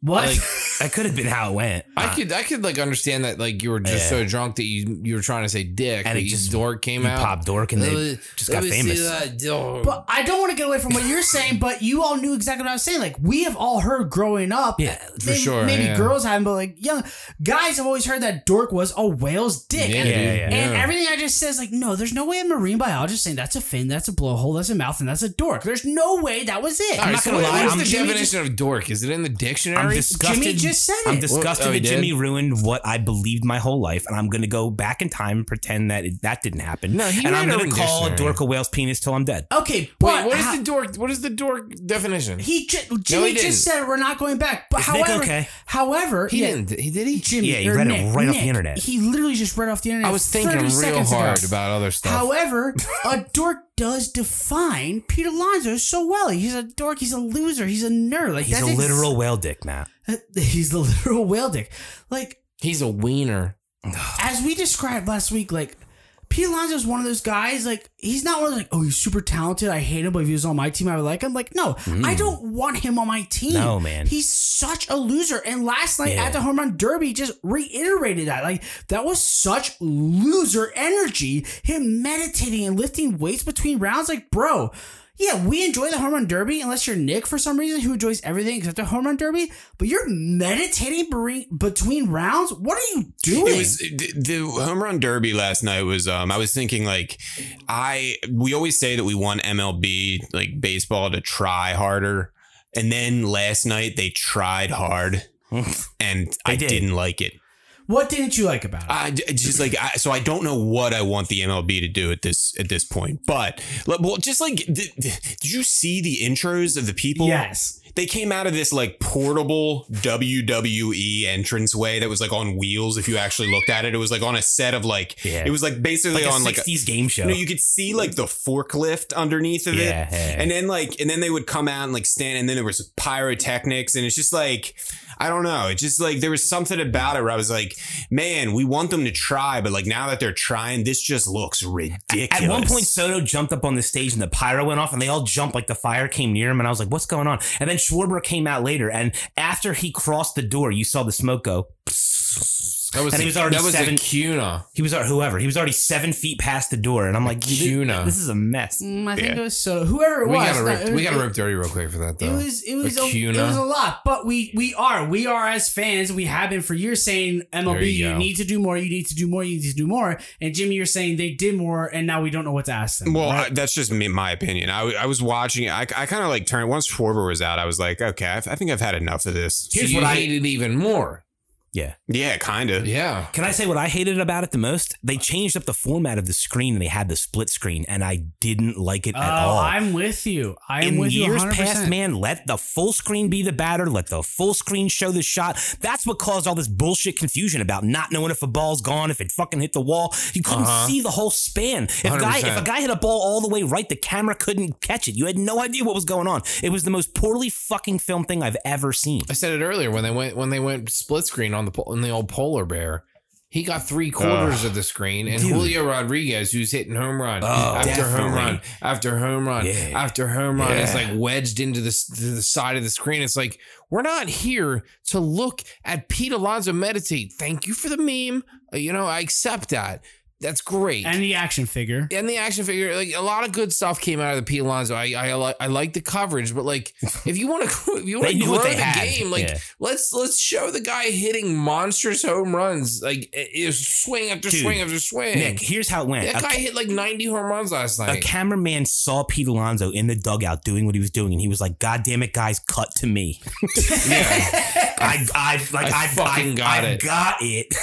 S3: what?
S7: Like,
S6: that could have been how it went. (laughs)
S7: I could, I could like understand that. Like, you were just so drunk that you you were trying to say Dick,
S6: And
S7: and
S6: it
S7: it
S6: just-
S7: dork came
S6: You
S7: out.
S6: pop dork and
S7: Let
S6: they
S7: me-
S6: just
S7: let
S6: got
S7: me see
S6: famous.
S7: that dork.
S3: But I don't want to get away from what you're saying, but you all knew exactly what I was saying. Like we have all heard growing up.
S6: Yeah,
S7: for
S3: maybe,
S7: sure,
S3: Maybe
S7: yeah.
S3: girls haven't, but like young guys have always heard that dork was a whale's dick.
S7: Yeah,
S3: and
S7: dude,
S6: yeah,
S3: and
S7: yeah.
S3: everything I just said is like, no, there's no way a marine biologist saying that's a fin, that's a blowhole, that's a mouth, and that's a dork. There's no way that was it.
S7: All right,
S6: not
S7: so
S6: gonna
S7: what-
S6: lie,
S7: What's
S6: I'm-
S7: the
S6: Jimmy
S7: definition of dork? Is it in the dictionary?
S6: I'm disgusted.
S3: Jimmy just said
S6: I'm
S3: it.
S6: disgusted
S7: Oh, he
S6: that
S7: did?
S6: Jimmy ruined what I believed my whole life, and I'm going to go back in time and pretend that it, that didn't happen.
S7: No, he
S6: and
S7: read
S6: I'm gonna
S7: Urban
S6: call
S7: Dictionary.
S6: dork a whale's penis till I'm dead.
S3: Okay, but
S7: Wait, what is
S3: how-
S7: the dork? What is the dork definition?
S3: he j- Jimmy
S7: didn't.
S3: just said we're not going back. But
S6: Is Nick
S3: however,
S6: okay?
S3: however,
S7: He
S3: yeah,
S7: didn't. He did he?
S3: Jimmy,
S6: Yeah, he
S3: or
S6: read it
S3: Nick-
S6: right off the
S3: Nick,
S6: internet.
S3: He literally just read off the internet.
S7: I was thinking
S3: 30
S7: real
S3: seconds ago.
S7: hard about other stuff.
S6: (laughs)
S3: However, a dork does define Pete Alonso so well. He's a dork. He's a loser. He's a nerd. Like
S6: He's
S3: that's
S6: a
S3: ex-
S6: literal whale dick, Matt.
S3: (laughs) He's the literal whale dick. Like
S7: He's a wiener.
S3: as we described last week, like Pete Alonso is one of those guys. Like he's not one of those, like oh he's super talented. I hate him, but if he was on my team, I would like him. Like no, I don't want him on my team.
S6: Mm. No, man.
S3: he's such a loser. And last night
S6: Yeah.
S3: at the home run derby, just reiterated that. Like that was such loser energy. Him meditating and lifting weights between rounds. Like bro. Yeah, we enjoy the home run derby unless you're Nick for some reason who enjoys everything except the home run derby. But you're meditating bere- between rounds. What are you doing?
S1: It was the the home run derby last night was um I was thinking like I we always say that we want MLB like baseball to try harder and then last night they tried hard and I
S6: did.
S1: did. not like it.
S3: What didn't you like about it?
S1: I it's just like I, so I don't know what I want the MLB to do at this at this point. But like, well just like did, did you see the intros of the people?
S3: yes.
S1: they came out of this like portable WWE entranceway that was like on wheels. If you actually looked at it, it was like on a set of like
S6: Yeah.
S1: it was like basically
S6: Like a
S1: on like a,
S6: 60s game show.
S1: no, you could see like the forklift underneath of
S6: Yeah,
S1: it,
S6: yeah.
S1: and then like and then they would come out and like stand, and then there was pyrotechnics, and it's just like I don't know, it's just like there was something about it where I was like, man, we want them to try, but like now that they're trying, this just looks ridiculous.
S6: At one point, Soto jumped up on the stage and the pyro went off, and they all jumped like the fire came near him. And I was like, "What's going on?" And then Schwarber came out later, and after he crossed the door, you saw the smoke go.
S7: That was
S6: and he was already
S7: that was
S6: seven.
S7: a cuna.
S6: he was al- whoever. He was already seven feet past the door, and I'm like, "Dude,
S7: Cuna.
S6: "This is a mess."
S3: Mm, I think it was so. Whoever it
S7: We
S3: was,
S7: gotta
S3: no,
S7: rip.
S3: it
S7: We
S3: was-
S7: gotta rip dirty real quick for that
S3: It
S7: though.
S3: was it was a,
S7: Acuna.
S3: it was a lot, but we we are we are as fans we have been for years saying
S7: There
S3: MLB
S7: you
S3: you,
S7: go.
S3: need to do more you need to do more you need to do more and Jimmy you're saying they did more and now we don't know what to ask them.
S1: Well, I, that's just me, my opinion. I, w- I was watching it. I, I kind of like turned once Schwarber was out. I was like, okay, I've, I think I've had enough of this.
S7: Here's what I hated even more.
S1: Yeah, kind of.
S7: Yeah.
S6: Can I say what I hated about it the most? They changed up the format of the screen, and they had the split screen, and I didn't like it
S3: Oh,
S6: at all.
S3: I'm with you. I am
S6: in
S3: with
S6: years
S3: you 100%.
S6: past, man, let the full screen be the batter. Let the full screen show the shot. That's what caused all this bullshit confusion about not knowing if a ball's gone, if it fucking hit the wall. You couldn't
S7: Uh-huh.
S6: see the whole span. If a guy, if a
S7: 100%.
S6: guy hit a ball all the way right, the camera couldn't catch it. You had no idea what was going on. It was the most poorly fucking filmed thing I've ever seen.
S7: I said it eearlier when they went when they went split screen on the pol- on the old polar bear. He got three quarters of the screen, and
S6: Dude.
S7: Julio Rodriguez, who's hitting home run
S6: Oh,
S7: after home
S6: definitely.
S7: run after home run
S6: Yeah.
S7: after home run, is like wedged into the s- to the side of the screen. It's like we're not here to look at Pete Alonso meditate. Thank you for the meme. Uh, You know, I accept that. That's great
S3: and the action figure.
S7: and the action figure, like a lot of good stuff came out of the Pete Alonso. I I, li- I like the coverage,
S6: (laughs)
S7: but like if you want to if you want
S6: They
S7: to
S6: knew
S7: grow
S6: what
S7: the
S6: they had.
S7: game, like
S6: Yeah.
S7: let's let's show the guy hitting monstrous home runs, like it- it's swing after
S6: Dude,
S7: swing after swing.
S6: Nick, here's how it went.
S7: that
S6: A-
S7: guy hit like ninety home runs last
S6: a
S7: night.
S6: cameraman saw Pete Alonso in the dugout doing what he was doing, and he was like, "God damn it, guys, cut to me."
S7: yeah,
S6: I, I, like,
S7: I
S6: I,
S7: fucking
S6: I,
S7: got
S6: I
S7: it.
S6: got it.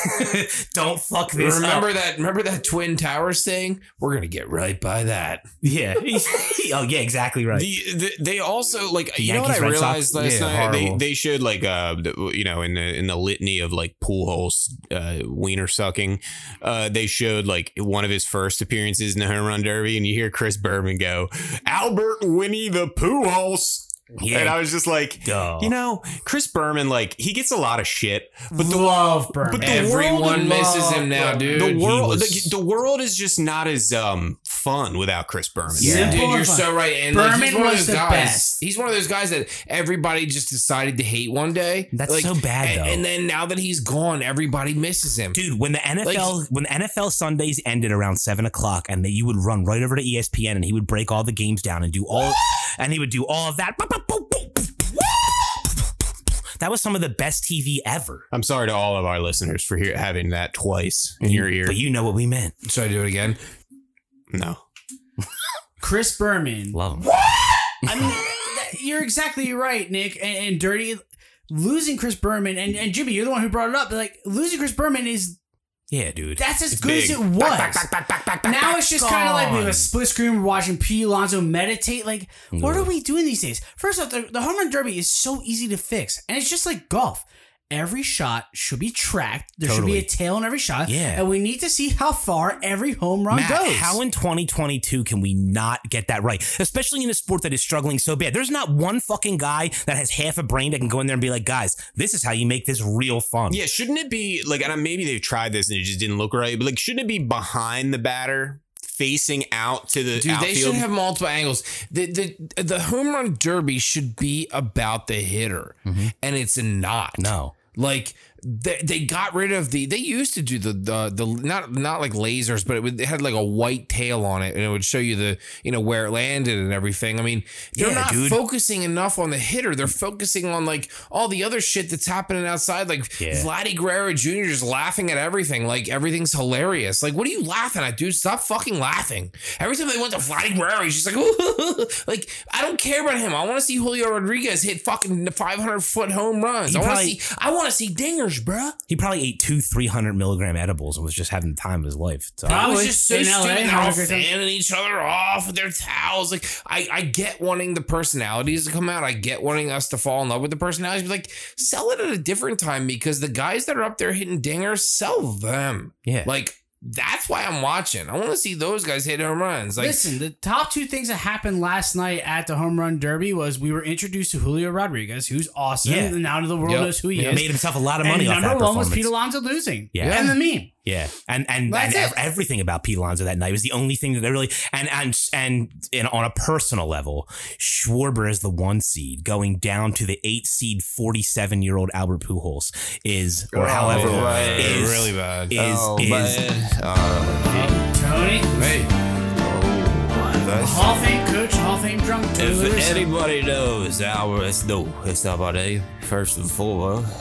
S6: (laughs) Don't fuck (laughs) this up.
S7: Remember that? Remember that Twin Towers thing? We're gonna get right by that.
S6: Yeah. (laughs) oh, yeah, exactly right.
S1: The, the, they also like you know
S6: Yankees,
S1: what I
S6: Red
S1: realized
S7: Sox?
S1: last
S7: Yeah,
S1: night. They,
S7: horrible.
S1: they should like uh the- you know in the in the litany of like pool holes uh, wiener sucking. Uh, they showed like one of his first appearances in the home run derby, and you hear Chris Berman go Albert Winnie the Pooh Holes.
S6: Yeah.
S1: And I was just like,
S6: Duh.
S1: you know, Chris Berman, like he gets a lot of shit, but the
S3: love burn.
S1: but the
S7: Everyone
S1: world,
S7: misses him now, dude.
S1: the world,
S7: He was-
S1: the, the world is just not as um fun without Chris Berman.
S7: Yeah,
S3: Simple
S7: dude, you're
S3: and fun.
S7: so right. And like, he's
S3: Berman
S7: one of
S3: was
S7: those
S3: the
S7: guys.
S3: best.
S7: He's one of those guys that everybody just decided to hate one day.
S6: That's so bad,
S7: and,
S6: though.
S7: And then now that he's gone, everybody misses him.
S6: Dude, when the NFL when the NFL Sundays ended around seven o'clock, and that you would run right over to E ESPN, and he would break all the games down and do all, and he would do all of that. That was some of the best TV ever.
S1: I'm sorry to all of our listeners for hear, having that twice
S7: Mm-hmm.
S1: in your ear.
S6: But you know what we meant.
S7: Should I do it again?
S1: no.
S3: Chris Berman.
S6: Love him.
S3: I mean, that- you're exactly right, Nick. And, and dirty losing Chris Berman and, and Jimmy, you're the one who brought it up. but, Like losing Chris Berman is
S6: Yeah, dude.
S3: that's as good as
S1: big.
S3: it was. now it's just kind of like we have a split screen we're watching P. Alonso meditate. Like, what are we doing these days? First off, the, the home run derby is so easy to fix, and it's just like golf. Every shot should be tracked. There should be a
S6: Totally.
S3: tail in every shot.
S6: Yeah.
S3: and we need to see how far every home run
S6: Matt,
S3: goes.
S6: How in 2022 can we not get that right? Especially in a sport that is struggling so bad. There's not one fucking guy that has half a brain that can go in there and be like, guys, this is how you make this real fun.
S1: Yeah, shouldn't it be like, and maybe they've tried this and it just didn't look right, but like, shouldn't it be behind the batter, facing out to the
S7: Dude,
S1: outfield?
S7: they should have multiple angles. The, the the home run derby should be about the hitter,
S6: Mm-hmm.
S7: and it's not.
S6: No.
S7: Like they, they got rid of the they used to do the the the not not like lasers but it, would, it had like a white tail on it and it would show you the you know where it landed and everything. I mean they're
S6: Yeah,
S7: not
S6: dude.
S7: focusing enough on the hitter. They're focusing on like all the other shit that's happening outside. Like
S6: Yeah.
S7: Vladdy Guerrero Jr. is laughing at everything. Like everything's hilarious. Like what are you laughing at, dude? Stop fucking laughing. Every time they went to Vladdy Guerrero, he's just like, "Ooh." like (laughs) I don't care about him. I want to see Julio Rodriguez hit fucking 500 foot home runs.
S6: He
S7: I want to
S6: probably-
S7: see. I want to see dingers, bruh.
S6: He probably ate two 300 milligram edibles and was just having the time of his life. So,
S7: I was
S3: Probably.
S7: just so
S3: In LA,
S7: stupid. They're
S3: how
S7: all
S3: good-
S7: fanning each other off with their towels. Like I, I get wanting the personalities to come out. I get wanting us to fall in love with the personalities. But like, sell it at a different time because the guys that are up there hitting dingers, sell them.
S6: yeah.
S7: Like that's why I'm watching. I want to see those guys hit home runs. Like
S3: Listen, the top two things that happened last night at the home run derby was we were introduced to Julio Rodriguez, who's awesome,
S6: Yeah.
S3: and now the world
S7: Yep.
S3: knows who he
S7: Yeah.
S3: is.
S6: made himself a lot of
S3: And
S6: money off
S3: number
S6: that
S3: one was
S6: performance.
S3: Pete Alonso losing.
S6: Yeah.
S3: and the meme.
S6: yeah, and and,
S3: That's
S6: and ev-
S3: it.
S6: everything about Pete Alonso that night was the only thing that they really and and and, and on a personal level, Schwarber is the one seed going down to the eight seed, forty seven year old Albert Pujols is
S7: Oh,
S6: or however
S7: yeah,
S6: old is
S7: really bad.
S6: is
S3: Oh,
S7: Oh,
S6: is
S3: Tony,
S7: Hey,
S3: Hall of Fame coach, Hall of Fame drunk. Tony Lewis.
S1: anybody knows Alvarez, no, it's not my name. First and foremost,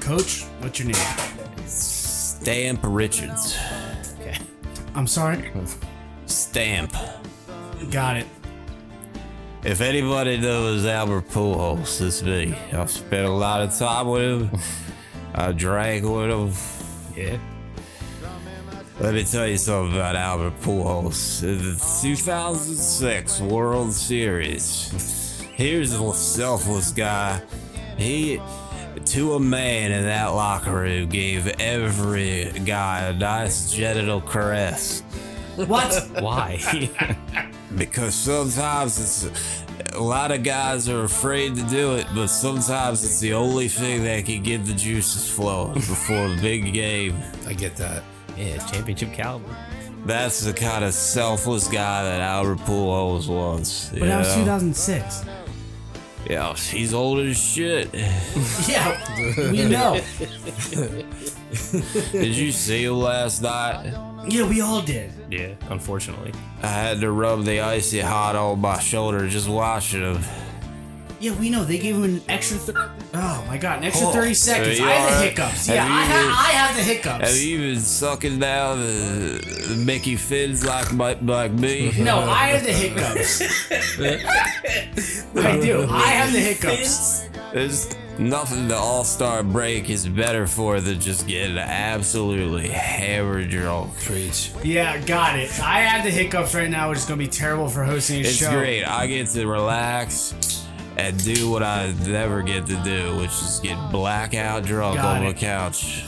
S3: coach, what's your name?
S1: Stamp Richards.
S3: I'm sorry.
S1: Stamp.
S3: Got it.
S1: If anybody knows Albert Pujols, it's me. I've spent a lot of time with him. I drank with him.
S7: yeah.
S1: Let me tell you something about Albert Pujols. In the 2006 World Series, here's a selfless guy. He, to a man in that locker room, gave every guy a nice genital caress. (laughs)
S6: is (laughs)
S7: (laughs)
S6: why
S1: Because sometimes it's a lot of guys are afraid to do it, but sometimes it's the only thing that can get the juices flowing before a big game.
S7: I get that.
S6: yeah championship caliber.
S1: That's the kind of selfless guy that Albert Pujols was. you
S3: But that was
S1: know?
S3: 2006.
S1: Yeah, he's old as shit.
S3: Yeah, we know.
S1: Did you see him last night?
S3: Yeah, we all did.
S6: Yeah, unfortunately,
S1: I had to rub the icy hot on my shoulder just watching him.
S3: Yeah, we know. They gave him an extra. Th- oh my god, an extra
S1: Oh.
S3: 30 seconds.
S1: Are you
S3: I have the
S1: alright?
S3: hiccups.
S1: Have
S3: Yeah, I,
S1: you been-
S3: ha- I have the
S1: Have
S3: hiccups.
S1: you been sucking down the, the Mickey Finns like my, like me?
S7: (laughs)
S3: No, I have
S1: (laughs)
S3: the hiccups. I do. I have the hiccups.
S1: It's Nothing the All Star break is better for than just getting absolutely hammered your own preach.
S3: Yeah, got it. I have the hiccups right now, which is gonna be terrible for hosting a
S1: It's
S3: show.
S1: great. I get to relax and do what I never get to do, which is get blackout drunk
S3: Got
S1: on the
S3: it.
S1: couch.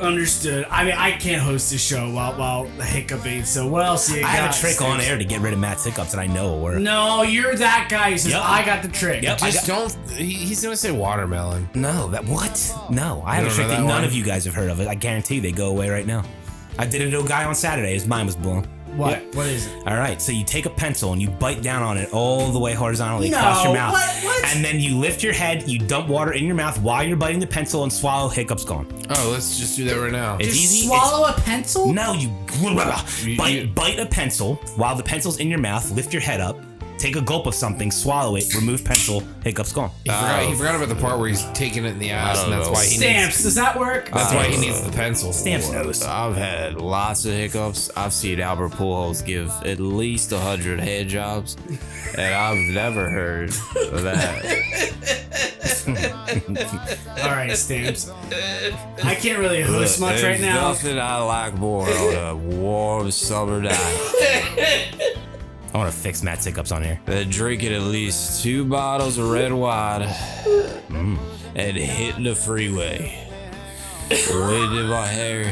S3: Understood. I mean, I can't host this show while while hiccuping. So what else you
S6: I
S3: got?
S6: have a trick on
S3: Steve?
S6: air to get rid of Matt's hiccups, and I know it will work.
S3: No, you're that guy who says
S6: Yep.
S3: I got the trick.
S6: Yep, I
S7: Just don't. He, he's gonna say watermelon.
S6: No, that what? No, I have a
S7: don't
S6: trick
S7: know
S6: that
S7: that
S6: none
S7: one?
S6: of you guys have heard of it. I guarantee they go away right now. I did it to a guy on Saturday. His mind was blown.
S3: What?
S6: Yep.
S3: What is it?
S6: All right, so you take a pencil and you bite down on it all the way horizontally
S3: No,
S6: across your mouth,
S3: what- what?
S6: and then you lift your head. You dump water in your mouth while you're biting the pencil and swallow. Hiccups gone.
S7: Oh, let's just do that right now.
S6: It's
S3: Just
S6: easy. it's-
S3: swallow a pencil?
S6: no, you
S7: You-
S6: bite
S7: you-
S6: bite a pencil while the pencil's in your mouth. Lift your head up. Take a gulp of something, swallow it, remove pencil, hiccups gone.
S7: He, forgot, Uh, he forgot about the part where he's taking it in the ass, and that's why he needs.
S3: Stamps. Does that work?
S7: That's why he needs the pencil.
S6: Stamps knows.
S1: I've had lots of hiccups. I've seen Albert Pujols give at least a hundred head jobs, and I've never heard of
S3: (laughs)
S1: that.
S3: All right, stamps. I can't really host much
S1: There's
S3: right now.
S1: Nothing I like more on a warm summer night
S6: I want to fix Matt's hiccups on here.
S1: than drinking at least two bottles of red wine and hitting the freeway. Wind in my hair.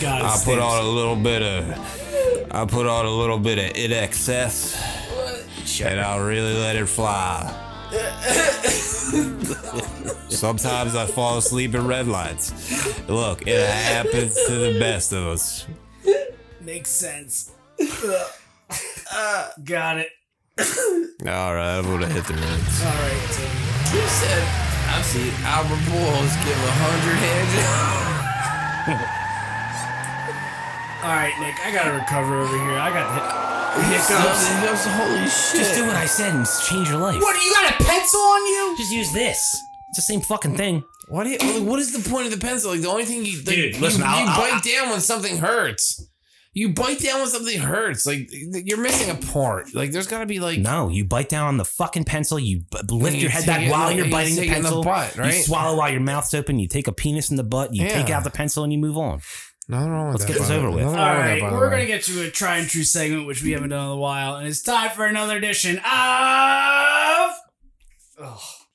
S3: God,
S1: I
S3: stamps.
S1: put on a little bit of. I put on a little bit of in excess, and I really let it fly. Sometimes I fall asleep in red lights. Look, it happens to the best of us.
S3: Makes sense. got it.
S1: All right, I'm gonna hit the reds.
S3: All right. Tim.
S1: You said I've seen Albert Pujols give a hundred heads.
S3: All right, Nick. I gotta recover over here. I got the hic- hiccups.
S1: Holy shit!
S6: Just do what I said and s- change your life.
S3: What? You got a pencil on you?
S6: Just use this. It's the same fucking thing.
S7: What, do you, like, what is the point of the pencil? Like the only thing you like,
S6: Dude,
S7: you,
S6: listen,
S7: you
S6: I'll- I'll-
S7: bite down when something hurts. You bite down when something hurts. Like you're missing a part. Like there's got to be like
S6: No, you bite down on the fucking pencil. You b- b- lift
S7: you
S6: your head
S7: take
S6: back
S7: it-
S6: while
S7: you
S6: you're biting the
S7: take it in the
S6: pencil.
S7: butt,
S6: You
S7: right?
S6: swallow while your mouth's open. You take a penis in the butt. You take
S7: Yeah.
S6: out the pencil and you move on.
S7: nothing wrong with
S6: Let's
S7: that,
S6: get this
S7: by the-
S6: over with.
S7: nothing
S3: All
S7: wrong with
S3: right,
S7: that, by the
S3: we're
S7: way.
S3: gonna get to a try and true segment, which we haven't done in a while, and it's time for another edition of.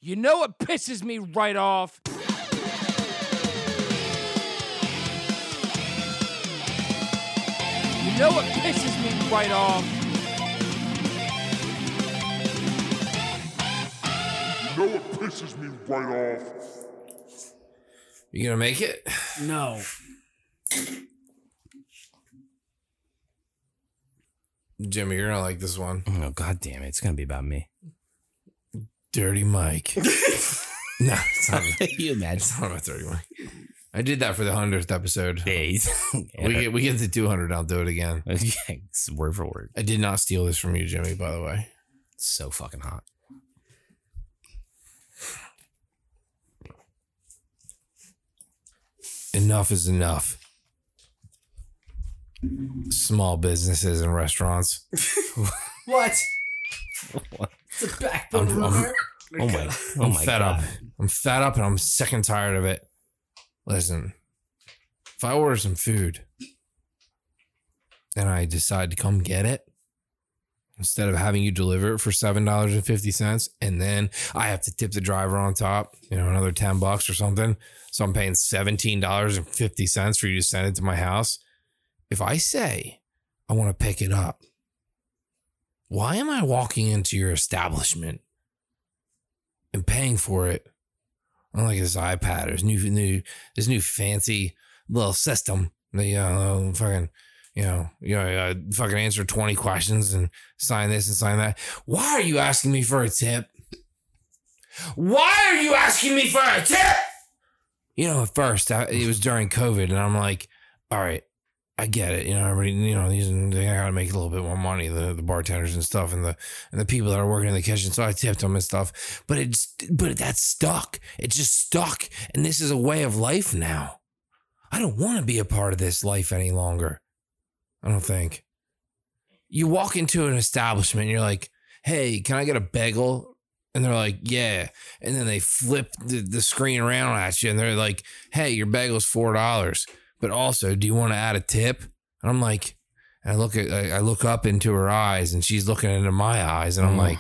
S10: You know what pisses me right off? You know what pisses me right off?
S7: You gonna make it?
S3: No.
S7: Jimmy, you're gonna like this one.
S6: Oh god damn it! It's gonna be about me. (laughs)
S7: Dirty Mike. no, it's not,
S6: you imagine?
S7: it's not about Dirty Mike. I did that for the hundredth episode.
S6: Days. (laughs)
S7: We get we get to two hundred. I'll do it again.
S6: It's word for word.
S7: I did not steal this from you, Jimmy. By the way,
S6: It's so fucking hot.
S7: enough is enough. Small businesses and restaurants.
S3: What? It's a backbone
S7: I'm- I'm-
S3: rumor.
S6: Oh my.
S7: (laughs)
S6: Oh
S7: I'm
S6: my
S7: fed
S6: god.
S7: up. I'm fed up and I'm sick and tired of it. Listen, if I order some food and I decide to come get it, instead of having you deliver it for $7.50 and then I have to tip the driver on top, you know, another 10 bucks or something. So I'm paying $17.50 for you to send it to my house. If I say I want to pick it up, why am I walking into your establishment and paying for it on like this iPad or this new new this new fancy little system that you know fucking you know you know uh, fucking answer twenty questions and sign this and sign that. Why are you asking me for a tip? Why are you asking me for a tip? You know, at first I, it was during COVID, and I'm like, all right. I get it, you know. Everybody, you know, these. They gotta make a little bit more money. The, the bartenders and stuff, and the and the people that are working in the kitchen. So I tipped them and stuff. But it's but that's stuck. It's just stuck. And this is a way of life now. I don't want to be a part of this life any longer. I don't think. You walk into an establishment, and you're like, hey, can I get a bagel? And they're like, yeah. And then they flip the, the screen around at you and they're like, hey, your bagel's $4. But also, do you want to add a tip? And I'm like, I look at, I I look up into her eyes and she's looking into my eyes and I'm like,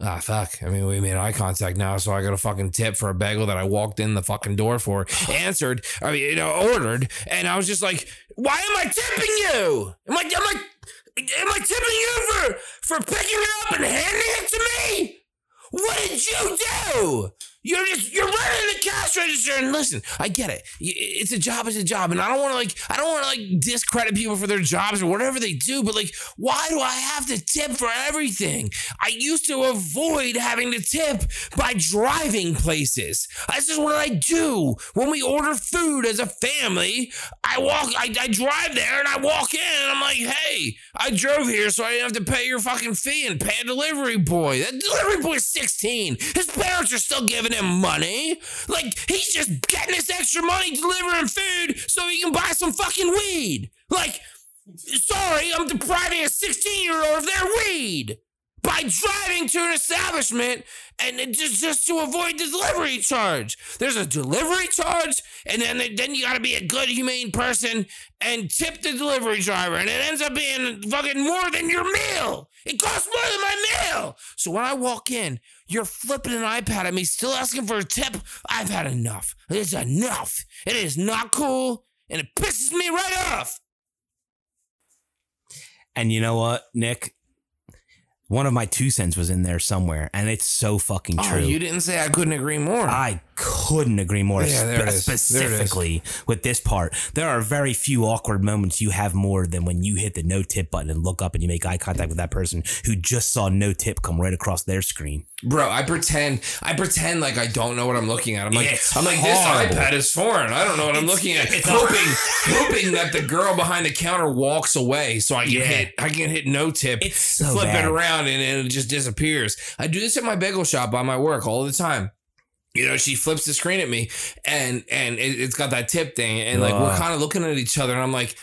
S7: ah, fuck. I mean, we made eye contact now. So I got a fucking tip for a bagel that I walked in the fucking door for, answered, I mean, you know, ordered. And I was just like, why am I tipping you? Am I, am I, am I tipping you for, for picking it up and handing it to me? What did you do? You're just you're running the cash register and listen. I get it. Y- It's a job. It's a job, and I don't want to like I don't want to like discredit people for their jobs or whatever they do. But like, why do I have to tip for everything? I used to avoid having to tip by driving places. This is what I do when we order food as a family. I walk. I, I drive there and I walk in. and I'm like, hey, I drove here so I didn't have to pay your fucking fee and pay a delivery boy. That delivery boy's 16. His parents are still giving him money. Like, he's just getting this extra money delivering food so he can buy some fucking weed. Like, sorry, I'm depriving a 16 year old of their weed by driving to an establishment and it just, just to avoid the delivery charge. There's a delivery charge, and then then you got to be a good, humane person and tip the delivery driver, and it ends up being fucking more than your meal. It costs more than my meal. So when I walk in, you're flipping an iPad at me, still asking for a tip. I've had enough. It's enough. It is not cool, and it pisses me right off.
S6: And you know what, Nick? One of my two cents was in there somewhere, and it's so fucking true.
S7: Oh, you didn't say I couldn't agree more.
S6: I couldn't agree more
S7: Yeah, there it
S6: spe-
S7: is. There it is.
S6: specifically with this part. There are very few awkward moments you have more than when you hit the no tip button and look up and you make eye contact with that person who just saw no tip come right across their screen.
S7: Bro, I pretend I pretend like I don't know what I'm looking at. I'm like
S6: It's
S7: I'm like
S6: horrible.
S7: this iPad is foreign. I don't know what I'm looking at.
S6: it's
S7: hoping (laughs) hoping that the girl behind the counter walks away so I can
S6: Yeah.
S7: hit I can hit no tip.
S6: It's so
S7: flip
S6: bad.
S7: it around and, and it just disappears. I do this at my bagel shop by my work all the time. You know, she flips the screen at me and and it, it's got that tip thing and like we're
S6: Ugh.
S7: kind of looking at each other and I'm like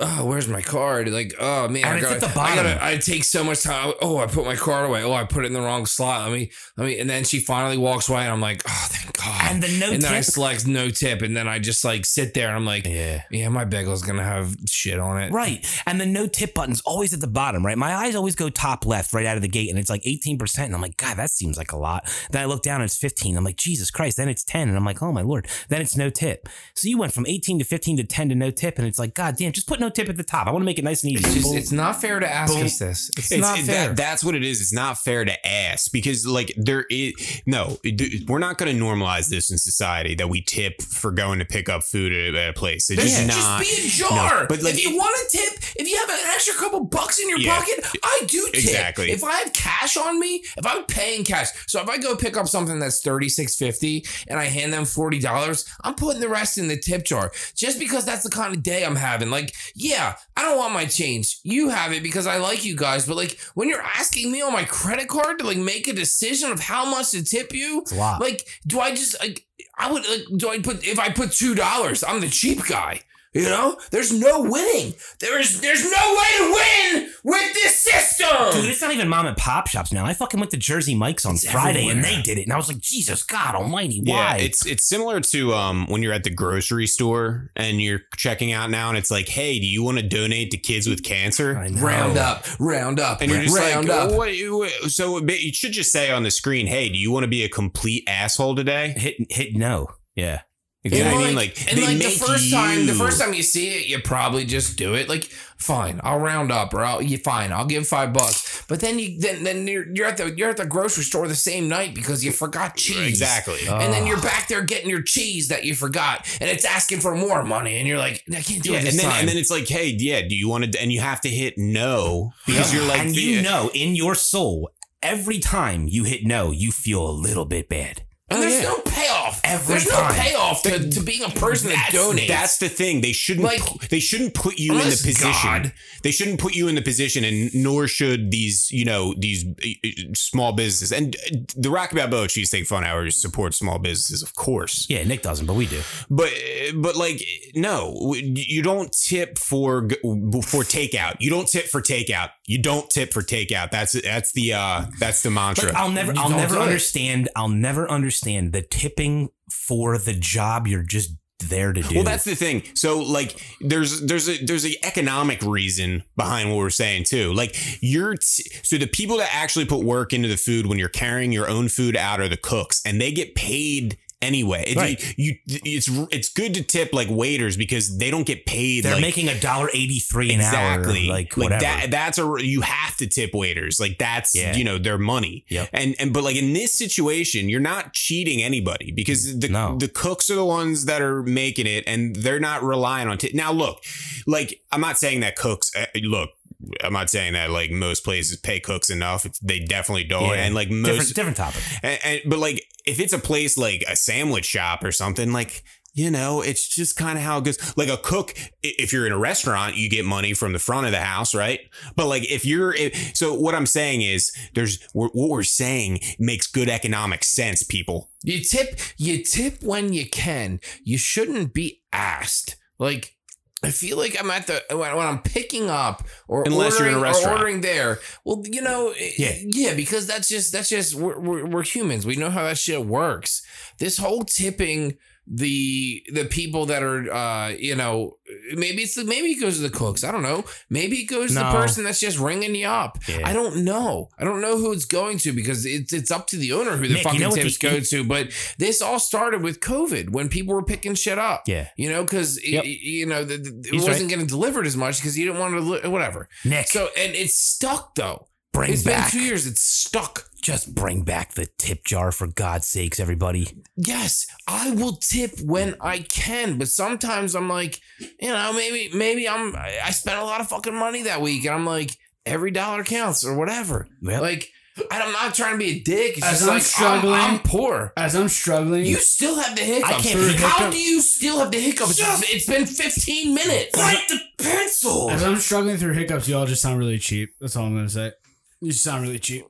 S7: Oh, where's my card? Like, oh man,
S6: And
S7: I
S6: it's
S7: gotta-
S6: at the
S7: I
S6: bottom.
S7: gotta- I take so much time. Oh, I put my card away. Oh, I put it in the wrong slot. Let me, let me. And then she finally walks away, and I'm like, oh, thank God.
S6: And the no
S7: And then I
S6: tip-
S7: select no tip, and then I just like sit there, and I'm like, yeah, yeah, my bagel's gonna have shit on it.
S6: Right. And the no tip button's always at the bottom, right? My eyes always go top left right out of the gate and it's like 18%. And I'm like, God, that seems like a lot. Then I look down and it's 15. I'm like, Jesus Christ. Then it's 10. And I'm like, oh my Lord. Then it's no tip. So you went from 18 to 15 to 10 to no tip. And it's like, God damn, just put no tip at the top. I want to make it nice and easy.
S7: It's, just,
S6: Boom.
S7: it's not fair to ask us this. It's,
S1: It's-
S7: not
S1: it-
S7: fair.
S1: That, that's what it is. It's not fair to ask because, like, there is no. d- We're not going to normalize this in society that we tip for going to pick up food at, a- at a place. It's just not.
S7: just be a jar.
S1: no, but, like-
S7: if you want a tip, if you have an extra couple bucks in your
S1: Yeah.
S7: pocket, I do tip.
S1: Exactly.
S7: If I have cash on me, if I'm paying cash, so if I go pick up something that's thirty six fifty and I hand them forty dollars, I'm putting the rest in the tip jar just because that's the kind of day I'm having. Like, yeah, I don't want my change. You have it because I like you guys. But like, when you're asking me on my credit card to like make a decision of how much to tip you,
S6: It's a lot.
S7: like, do I just like I would like do I put if I put two dollars, I'm the cheap guy. You know? There's no winning. There is there's no way to win with this system.
S6: Dude, it's not even mom and pop shops now. I fucking went to Jersey Mike's on Friday and they did it. And I was like, Jesus God almighty, why?
S1: Yeah, it's it's similar to um when you're at the grocery store and you're checking out now, and it's like, hey, do you want to donate to kids with cancer?
S6: I know.
S7: round up, round up,
S1: And you're just
S7: round
S1: like,
S7: up.
S1: What, what- so it be- you should just say on the screen, hey, do you want to be a complete asshole today?
S6: hit hit no. Yeah.
S1: You know
S7: And
S1: what I mean?
S7: like-
S1: Like,
S7: and
S1: they
S7: like
S1: make
S7: the first time, the
S1: you-
S7: first time you see it, you probably just do it. Like, fine, I'll round up, or I'll you fine, I'll give five bucks. But then you then then you're, you're at the you're at the grocery store the same night because you forgot cheese.
S1: Exactly.
S7: and then you're back there getting your cheese that you forgot, and it's asking for more money, and you're like, I can't do
S1: Yeah,
S7: it
S1: and
S7: this
S1: then,
S7: time.
S1: and then it's like, hey, yeah, do you want to? And you have to hit no because you're like, eh,
S6: and you know in your soul, every time you hit no, you feel a little bit bad.
S7: And there's no payoff.
S6: every
S7: There's no
S6: time.
S7: payoff to, to being a person that
S1: That's,
S7: donates.
S1: that's the thing. They shouldn't.
S7: Like,
S1: pu- they shouldn't put you in the
S7: honest
S1: position.
S7: God.
S1: They shouldn't put you in the position, and nor should these, you know, these uh, uh, small businesses. And uh, the Rocky Balboa Cheesesteak Fun Hour supports small businesses, of course.
S6: yeah, Nick doesn't, but we do.
S1: But eh, but like no, you don't tip for g- for takeout. You don't tip for takeout. You don't tip for takeout. That's that's the uh that's the mantra.
S6: Like, I'll never, I'll
S7: don't
S6: never
S7: do it.
S6: understand. I'll never understand the tipping for the job you're just there to do.
S1: Well, that's the thing. So like there's there's a there's a economic reason behind what we're saying too. Like you're t- so the people that actually put work into the food when you're carrying your own food out are the cooks and they get paid anyway. It's,
S6: Right.
S1: you, it's it's good to tip like waiters because they don't get paid
S6: they're
S1: like,
S6: making a dollar eighty three an
S1: exactly
S6: hour, like whatever.
S1: that, that's a you have to tip waiters like that's
S6: Yeah.
S1: you know their money
S6: Yep.
S1: and and but like in this situation you're not cheating anybody because the
S6: Mm, No.
S1: the cooks are the ones that are making it and they're not relying on tip now look like I'm not saying that cooks uh, look I'm not saying that like most places pay cooks enough It's- they definitely don't
S6: Yeah.
S1: and like
S6: different,
S1: most
S6: different topic.
S1: and, and but like if it's a place like a sandwich shop or something like you know it's just kind of how it goes like a cook i- if you're in a restaurant you get money from the front of the house right but like if you're if, so what i'm saying is there's we're, what we're saying makes good economic sense people
S7: You tip, you tip when you can. You shouldn't be asked. Like, I feel like I'm at the when, when I'm picking up or
S1: Unless you're in
S7: ordering,
S1: a
S7: or
S1: restaurant.
S7: ordering there. Well, you know,
S1: Yeah.
S7: yeah, yeah, because that's just that's just we're, we're, we're humans. We know how that shit works. This whole tipping the the people that are uh you know maybe it's the, maybe it goes to the cooks i don't know maybe it goes to
S6: No.
S7: the person that's just ringing you up
S6: Yeah.
S7: i don't know i don't know who it's going to because it's it's up to the owner who the
S6: Nick, you
S7: fucking
S6: know what
S7: tips
S6: the-
S7: go to but this all started with covid when people were picking shit up
S6: Yeah,
S7: you know, because
S6: Yep.
S7: you know the, the, it
S6: He's
S7: wasn't getting delivered as much because you didn't want to deli- whatever.
S6: Nick,
S7: So and it's stuck though.
S6: bring
S7: It's
S6: back.
S7: been two years. It's stuck.
S6: Just bring back the tip jar for God's sakes, everybody.
S7: Yes, I will tip when I can, but sometimes I'm like, you know, maybe maybe I'm I I spent a lot of fucking money that week, and I'm like, every dollar counts or whatever.
S6: Yep.
S7: Like I'm not trying to be a dick. It's
S3: As
S7: just
S3: I'm
S7: like I'm,
S3: struggling-
S7: I'm poor.
S3: As I'm struggling,
S7: You still have the hiccups.
S6: I can't be-
S7: How do you still have the hiccups? it's been 15 minutes. Bite the pencil.
S3: as I'm struggling through hiccups, y'all just sound really cheap. That's all I'm gonna say. You just sound really cheap.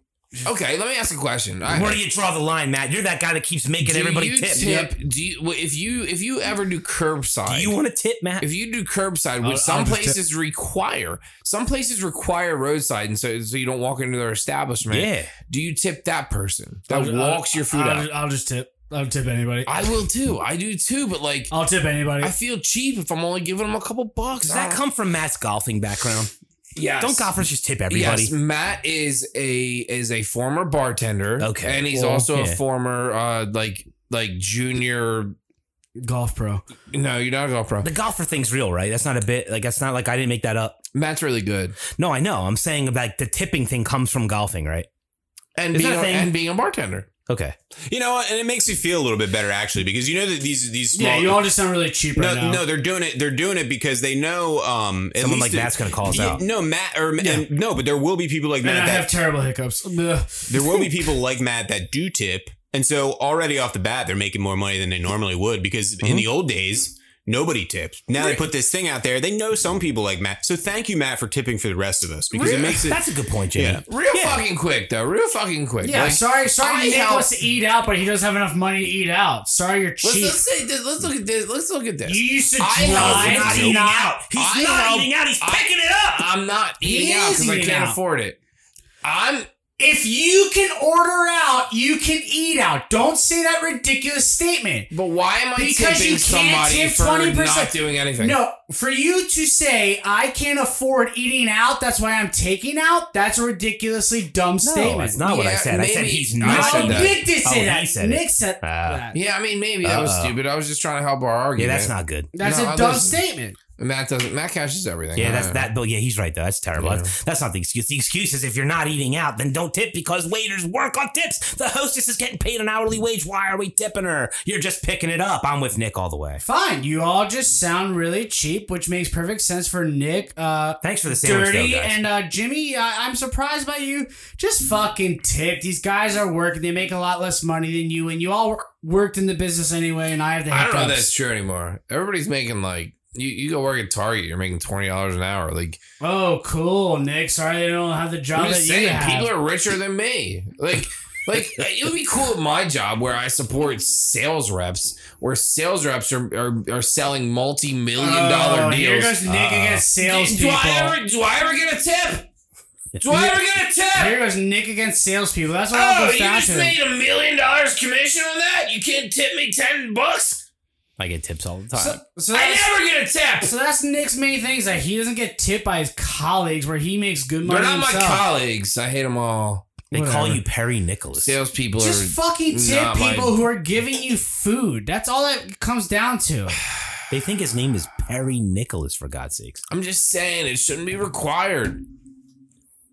S7: Okay, let me ask a question. I-
S6: Where do you draw the line, Matt? You're that guy that keeps making
S7: do
S6: everybody
S7: you
S6: tip.
S7: Do you well, if you if you ever do curbside?
S6: Do you want to tip, Matt?
S7: if you do curbside, which
S3: I'll-
S7: some
S3: I'll just tip.
S7: places require, some places require roadside, and so so you don't walk into their establishment.
S6: yeah.
S7: Do you tip that person that
S3: I'll ju- I'll-
S7: walks your food
S3: I'll,
S7: out?
S3: ju- I'll just tip. I'll tip anybody.
S7: I will too. I do too. But like,
S3: I'll tip anybody.
S7: I feel cheap if I'm only giving them a couple bucks. Ah,
S6: Does that come from Matt's golfing background?
S7: Yeah.
S6: Don't golfers just tip everybody?
S7: Yes, Matt is a is a former bartender.
S6: Okay.
S7: and he's
S6: Well,
S7: also a
S6: yeah.
S7: former uh like like junior.
S3: Golf pro.
S7: No, you're not a golf pro.
S6: The golfer thing's real, right? That's not a bit. Like that's not like I didn't make that up.
S7: Matt's really good,
S6: No, I know. I'm saying like the tipping thing comes from golfing, right?
S7: and
S6: Is
S7: being
S6: that
S7: a,
S6: a thing?
S7: and being a bartender.
S6: Okay.
S1: you know what? and it makes you feel a little bit better actually because you know that these these small
S3: Yeah, you all just sound really cheap
S1: no,
S3: right now.
S1: no, they're doing it. They're doing it because they know um, at
S6: Someone
S1: least
S6: like that's gonna call us
S1: Yeah,
S6: out.
S1: No, Matt or and, no, but there will be people like
S3: and
S1: Matt
S3: I
S1: that
S3: have terrible hiccups. Ugh.
S1: there will be people like Matt that do tip. And so already off the bat, they're making more money than they normally would because in the old days, nobody tipped. Now they put this thing out there. They know some people like Matt. So thank you, Matt, for tipping for the rest of us because it makes it.
S6: That's a good point, Jimmy.
S1: Yeah.
S7: Real fucking quick though. Real fucking quick.
S3: Yeah,
S7: Like,
S3: sorry,
S7: I
S3: sorry. Nick
S7: help-
S3: wants to eat out, but he doesn't have enough money to eat out. Sorry, you're
S7: let's,
S3: cheap.
S7: let's say this. Let's look at this. Let's look at this.
S3: you used to
S7: I help-
S3: drive
S6: He's not
S3: to
S6: eating
S3: not-
S6: out. He's
S7: I
S6: not
S7: help-
S6: eating out. He's
S7: I-
S6: picking it up.
S7: I'm not eating out
S3: is
S7: because I
S3: eating
S7: can't
S3: out.
S7: afford it. I'm
S3: If you can order out, you can eat out. Don't say that ridiculous statement.
S7: But why am I
S3: Because
S7: tipping
S3: you can't
S7: somebody
S3: tip
S7: for
S3: 20%.
S7: not doing anything?
S3: No, for you to say I can't afford eating out, that's why I'm taking out. That's a ridiculously dumb
S6: No,
S3: statement.
S6: that's not what I
S7: Yeah,
S6: said. I said
S7: maybe-
S6: he's
S7: I
S6: not.
S7: said
S3: no,
S7: that.
S3: Nick did say
S6: Oh,
S3: that.
S6: he said it. Uh,
S3: Nick said that.
S7: Yeah, I mean maybe that was
S6: Uh-oh.
S7: stupid. I was just trying to help our
S6: Yeah,
S7: argument.
S6: that's not good.
S3: That's
S7: No, I
S3: a dumb
S7: listen.
S3: statement.
S7: Matt doesn't. Matt cashes everything. Uh,
S6: Yeah, that's
S7: I-
S6: that. But yeah, he's right though. That's terrible. That's, that's not the excuse. The excuse is if you're not eating out, then don't tip because waiters work on tips. The hostess is getting paid an hourly wage. Why are we tipping her? You're just picking it up. I'm with Nick all the way.
S3: Fine, you all just sound really cheap, which makes perfect sense for Nick. Uh,
S6: Thanks for the sandwich,
S3: dirty
S6: though, guys.
S3: and uh, Jimmy, I- I'm surprised by you. Just fucking tip. These guys are working. They make a lot less money than you, and you all work worked in the business anyway, and I have the
S7: I
S3: hiccups.
S7: don't know if that's true anymore. Everybody's making like you, you go work at Target, you're making twenty dollars an hour. Like
S3: Oh, cool, Nick. Sorry they don't have the job
S7: I'm
S3: that
S7: just
S3: you
S7: saying,
S3: have.
S7: people are richer than me. Like
S3: (laughs)
S7: like it would be cool at my job where I support sales reps, where sales reps are are, are selling multi million
S3: Oh,
S7: dollar
S3: Here
S7: deals. Uh-huh.
S3: goes Nick against
S7: do
S3: salespeople.
S7: I ever do I ever get a tip? Do I ever get a tip?
S3: Here goes Nick against salespeople. That's what all
S7: Oh,
S3: goes
S7: you
S3: down
S7: just
S3: to.
S7: made a million dollars commission on that? You can't tip me ten bucks?
S6: I get tips all the time.
S3: So, so
S7: I
S3: that's,
S7: never get a tip.
S3: so that's Nick's main thing is that he doesn't get tipped by his colleagues where he makes good money.
S7: They're not my
S3: himself.
S7: colleagues. I hate them all.
S6: they call
S3: whatever.
S6: you Perry Nicholas.
S7: salespeople are
S3: Just fucking tip
S7: not my-
S3: people who are giving you food. That's all that comes down to.
S6: They think his name is Perry Nicholas, for God's sakes.
S7: I'm just saying it shouldn't be required.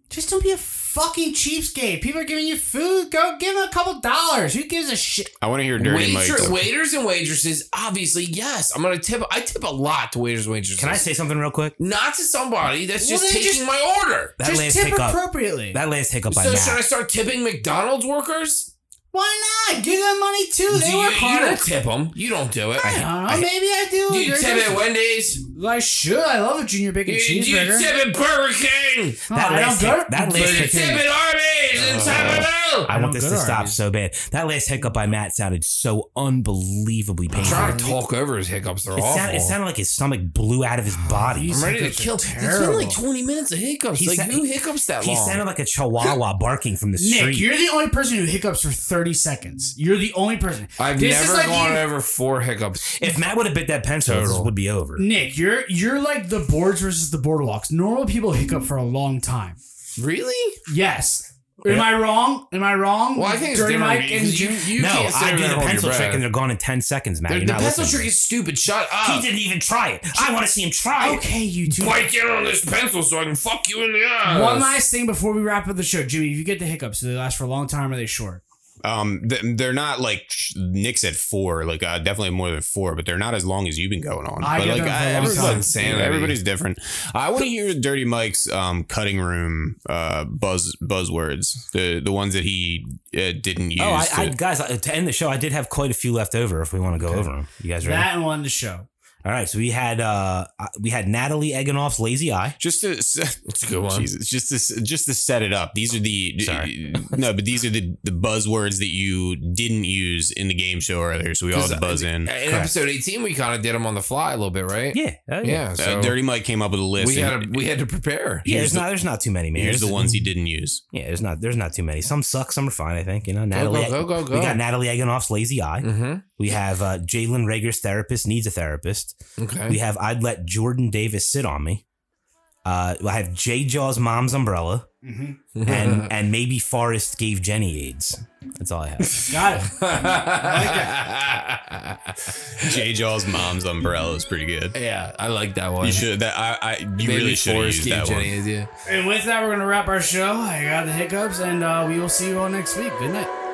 S3: Just don't be a fucking cheapskate. People are giving you food. Go give them a couple dollars. Who gives a shit?
S1: I want to hear Dirty Mike.
S7: Waiter, waiters and waitresses, obviously, yes. I'm gonna tip. I tip a lot to waiters and waitresses.
S6: Can I say something real quick?
S7: Not to somebody that's
S3: Well, then
S7: just taking
S3: just-
S7: my order.
S6: That
S3: Just
S6: last
S3: tip
S6: hiccup.
S3: appropriately.
S6: that last hiccup by
S7: so
S6: Matt.
S7: should I start tipping McDonald's workers?
S3: Why not? Give them money too. They
S7: do you,
S3: work
S7: you
S3: harder.
S7: don't tip them. You don't do it.
S3: I don't know. maybe I do.
S7: do you
S3: There's-
S7: tip at Wendy's?
S3: I should. I love a junior
S7: Do
S3: bacon
S7: you, do you
S3: cheeseburger.
S7: tip at Burger King?
S3: Oh,
S6: That
S3: I
S6: last
S3: don't go
S6: hit-
S3: to-
S6: that
S7: Do
S6: last
S7: you
S6: hit-
S7: tip at Arby's and Taco Bell?
S6: I
S3: I
S6: want
S3: don't
S6: this
S3: go
S6: to
S3: to
S6: stop
S3: Arby's.
S6: so bad. That last hiccup by Matt sounded so unbelievably
S7: I'm
S6: painful.
S7: trying to talk over his hiccups. They're
S6: It,
S7: awful. Ah,
S6: sound, it sounded like his stomach blew out of his body.
S7: I'm ready to kill. It's been like 20 minutes of hiccups.
S6: He
S7: like
S6: sa-
S7: who hiccups that
S6: He
S7: long?
S6: sounded like a chihuahua
S7: (laughs)
S6: barking from the
S3: Nick,
S6: street.
S3: you're the only person who hiccups for 30 seconds. You're the only person.
S7: I've
S3: This is
S7: never
S3: like
S7: gone
S3: you-
S7: over four hiccups.
S6: if Matt would have bit that pencil, this
S7: Total.
S6: would be over.
S3: Nick, you're you're like the boards versus the boardwalks. Normal people hiccup for a long time.
S7: Really?
S3: Yes. Am I wrong? Am I wrong?
S7: Well, I think it's
S3: Dirty
S7: different
S3: Mike and
S7: because you,
S3: Jim.
S7: you
S6: no,
S7: can't sit
S6: I
S7: there
S6: do
S7: and
S6: the
S7: hold your
S6: pencil trick
S7: breath.
S6: and they're gone in 10 seconds, Matt.
S7: The,
S6: You're
S7: the
S6: not
S7: pencil
S6: listening.
S7: trick is stupid. Shut
S6: he
S7: up.
S6: didn't even try it. I want to see him try it.
S3: Okay, you two.
S7: Bite down on this pencil so I can fuck you in the ass.
S3: One last thing before we wrap up the show, Jimmy. If you get the hiccups, do they last for a long time or are they short?
S1: Um, th- they're not like sh- Nick's at four, like uh, definitely more than four, but they're not as long as you've been going on.
S3: I
S1: but
S3: get
S1: like
S3: them
S1: I-
S3: for a long
S1: everyone's
S3: time.
S1: insanity. everybody's different. I want to hear Dirty Mike's um cutting room uh buzz buzzwords, the the ones that he uh, didn't use.
S6: Oh, I, I,
S1: to-
S6: guys, I- to end the show, I did have quite a few left over. If we want to go over them, you guys ready?
S3: That and one the show.
S6: All right, so we had uh uh, we had Natalie Eganoff's lazy eye.
S1: just to s-
S7: It's a good one.
S1: Jesus, just to s- just to set it up. These are the
S6: Sorry.
S1: (laughs) no, but these are the the buzzwords that you didn't use in the game show earlier, so we all had to buzz in.
S7: In episode 18, we kind of did them on the fly a little bit, right?
S6: Yeah, oh,
S7: Yeah. So
S1: uh, Dirty Mike came up with a list.
S7: we
S1: and
S7: had to, we had to prepare.
S6: Yeah, there's
S1: the-
S6: not there's not too many. Man.
S1: here's the
S6: There's-
S1: ones he didn't use.
S6: Yeah, there's not there's not too many. Some suck, some are fine. I think you know. Natalie,
S7: go, go, go.
S6: We got Natalie Eganoff's lazy eye.
S7: Mm-hmm.
S6: We have uh, Jalen Rager's therapist needs a therapist.
S7: Mm-hmm. Okay.
S6: We have I'd let Jordan Davis sit on me. Uh, I have J Jaw's mom's umbrella,
S7: (laughs)
S6: and and maybe Forrest gave Jenny AIDS. That's all I have.
S7: (laughs)
S3: Got it.
S1: J Jaw's mom's umbrella is pretty good.
S7: yeah, I like that one.
S1: You should that I, I you really should have
S7: Forrest
S1: used
S7: gave
S1: that
S7: Jenny
S1: one.
S7: his, yeah.
S3: And with that, we're gonna wrap our show. I got the hiccups, and uh, we will see you all next week. Good night.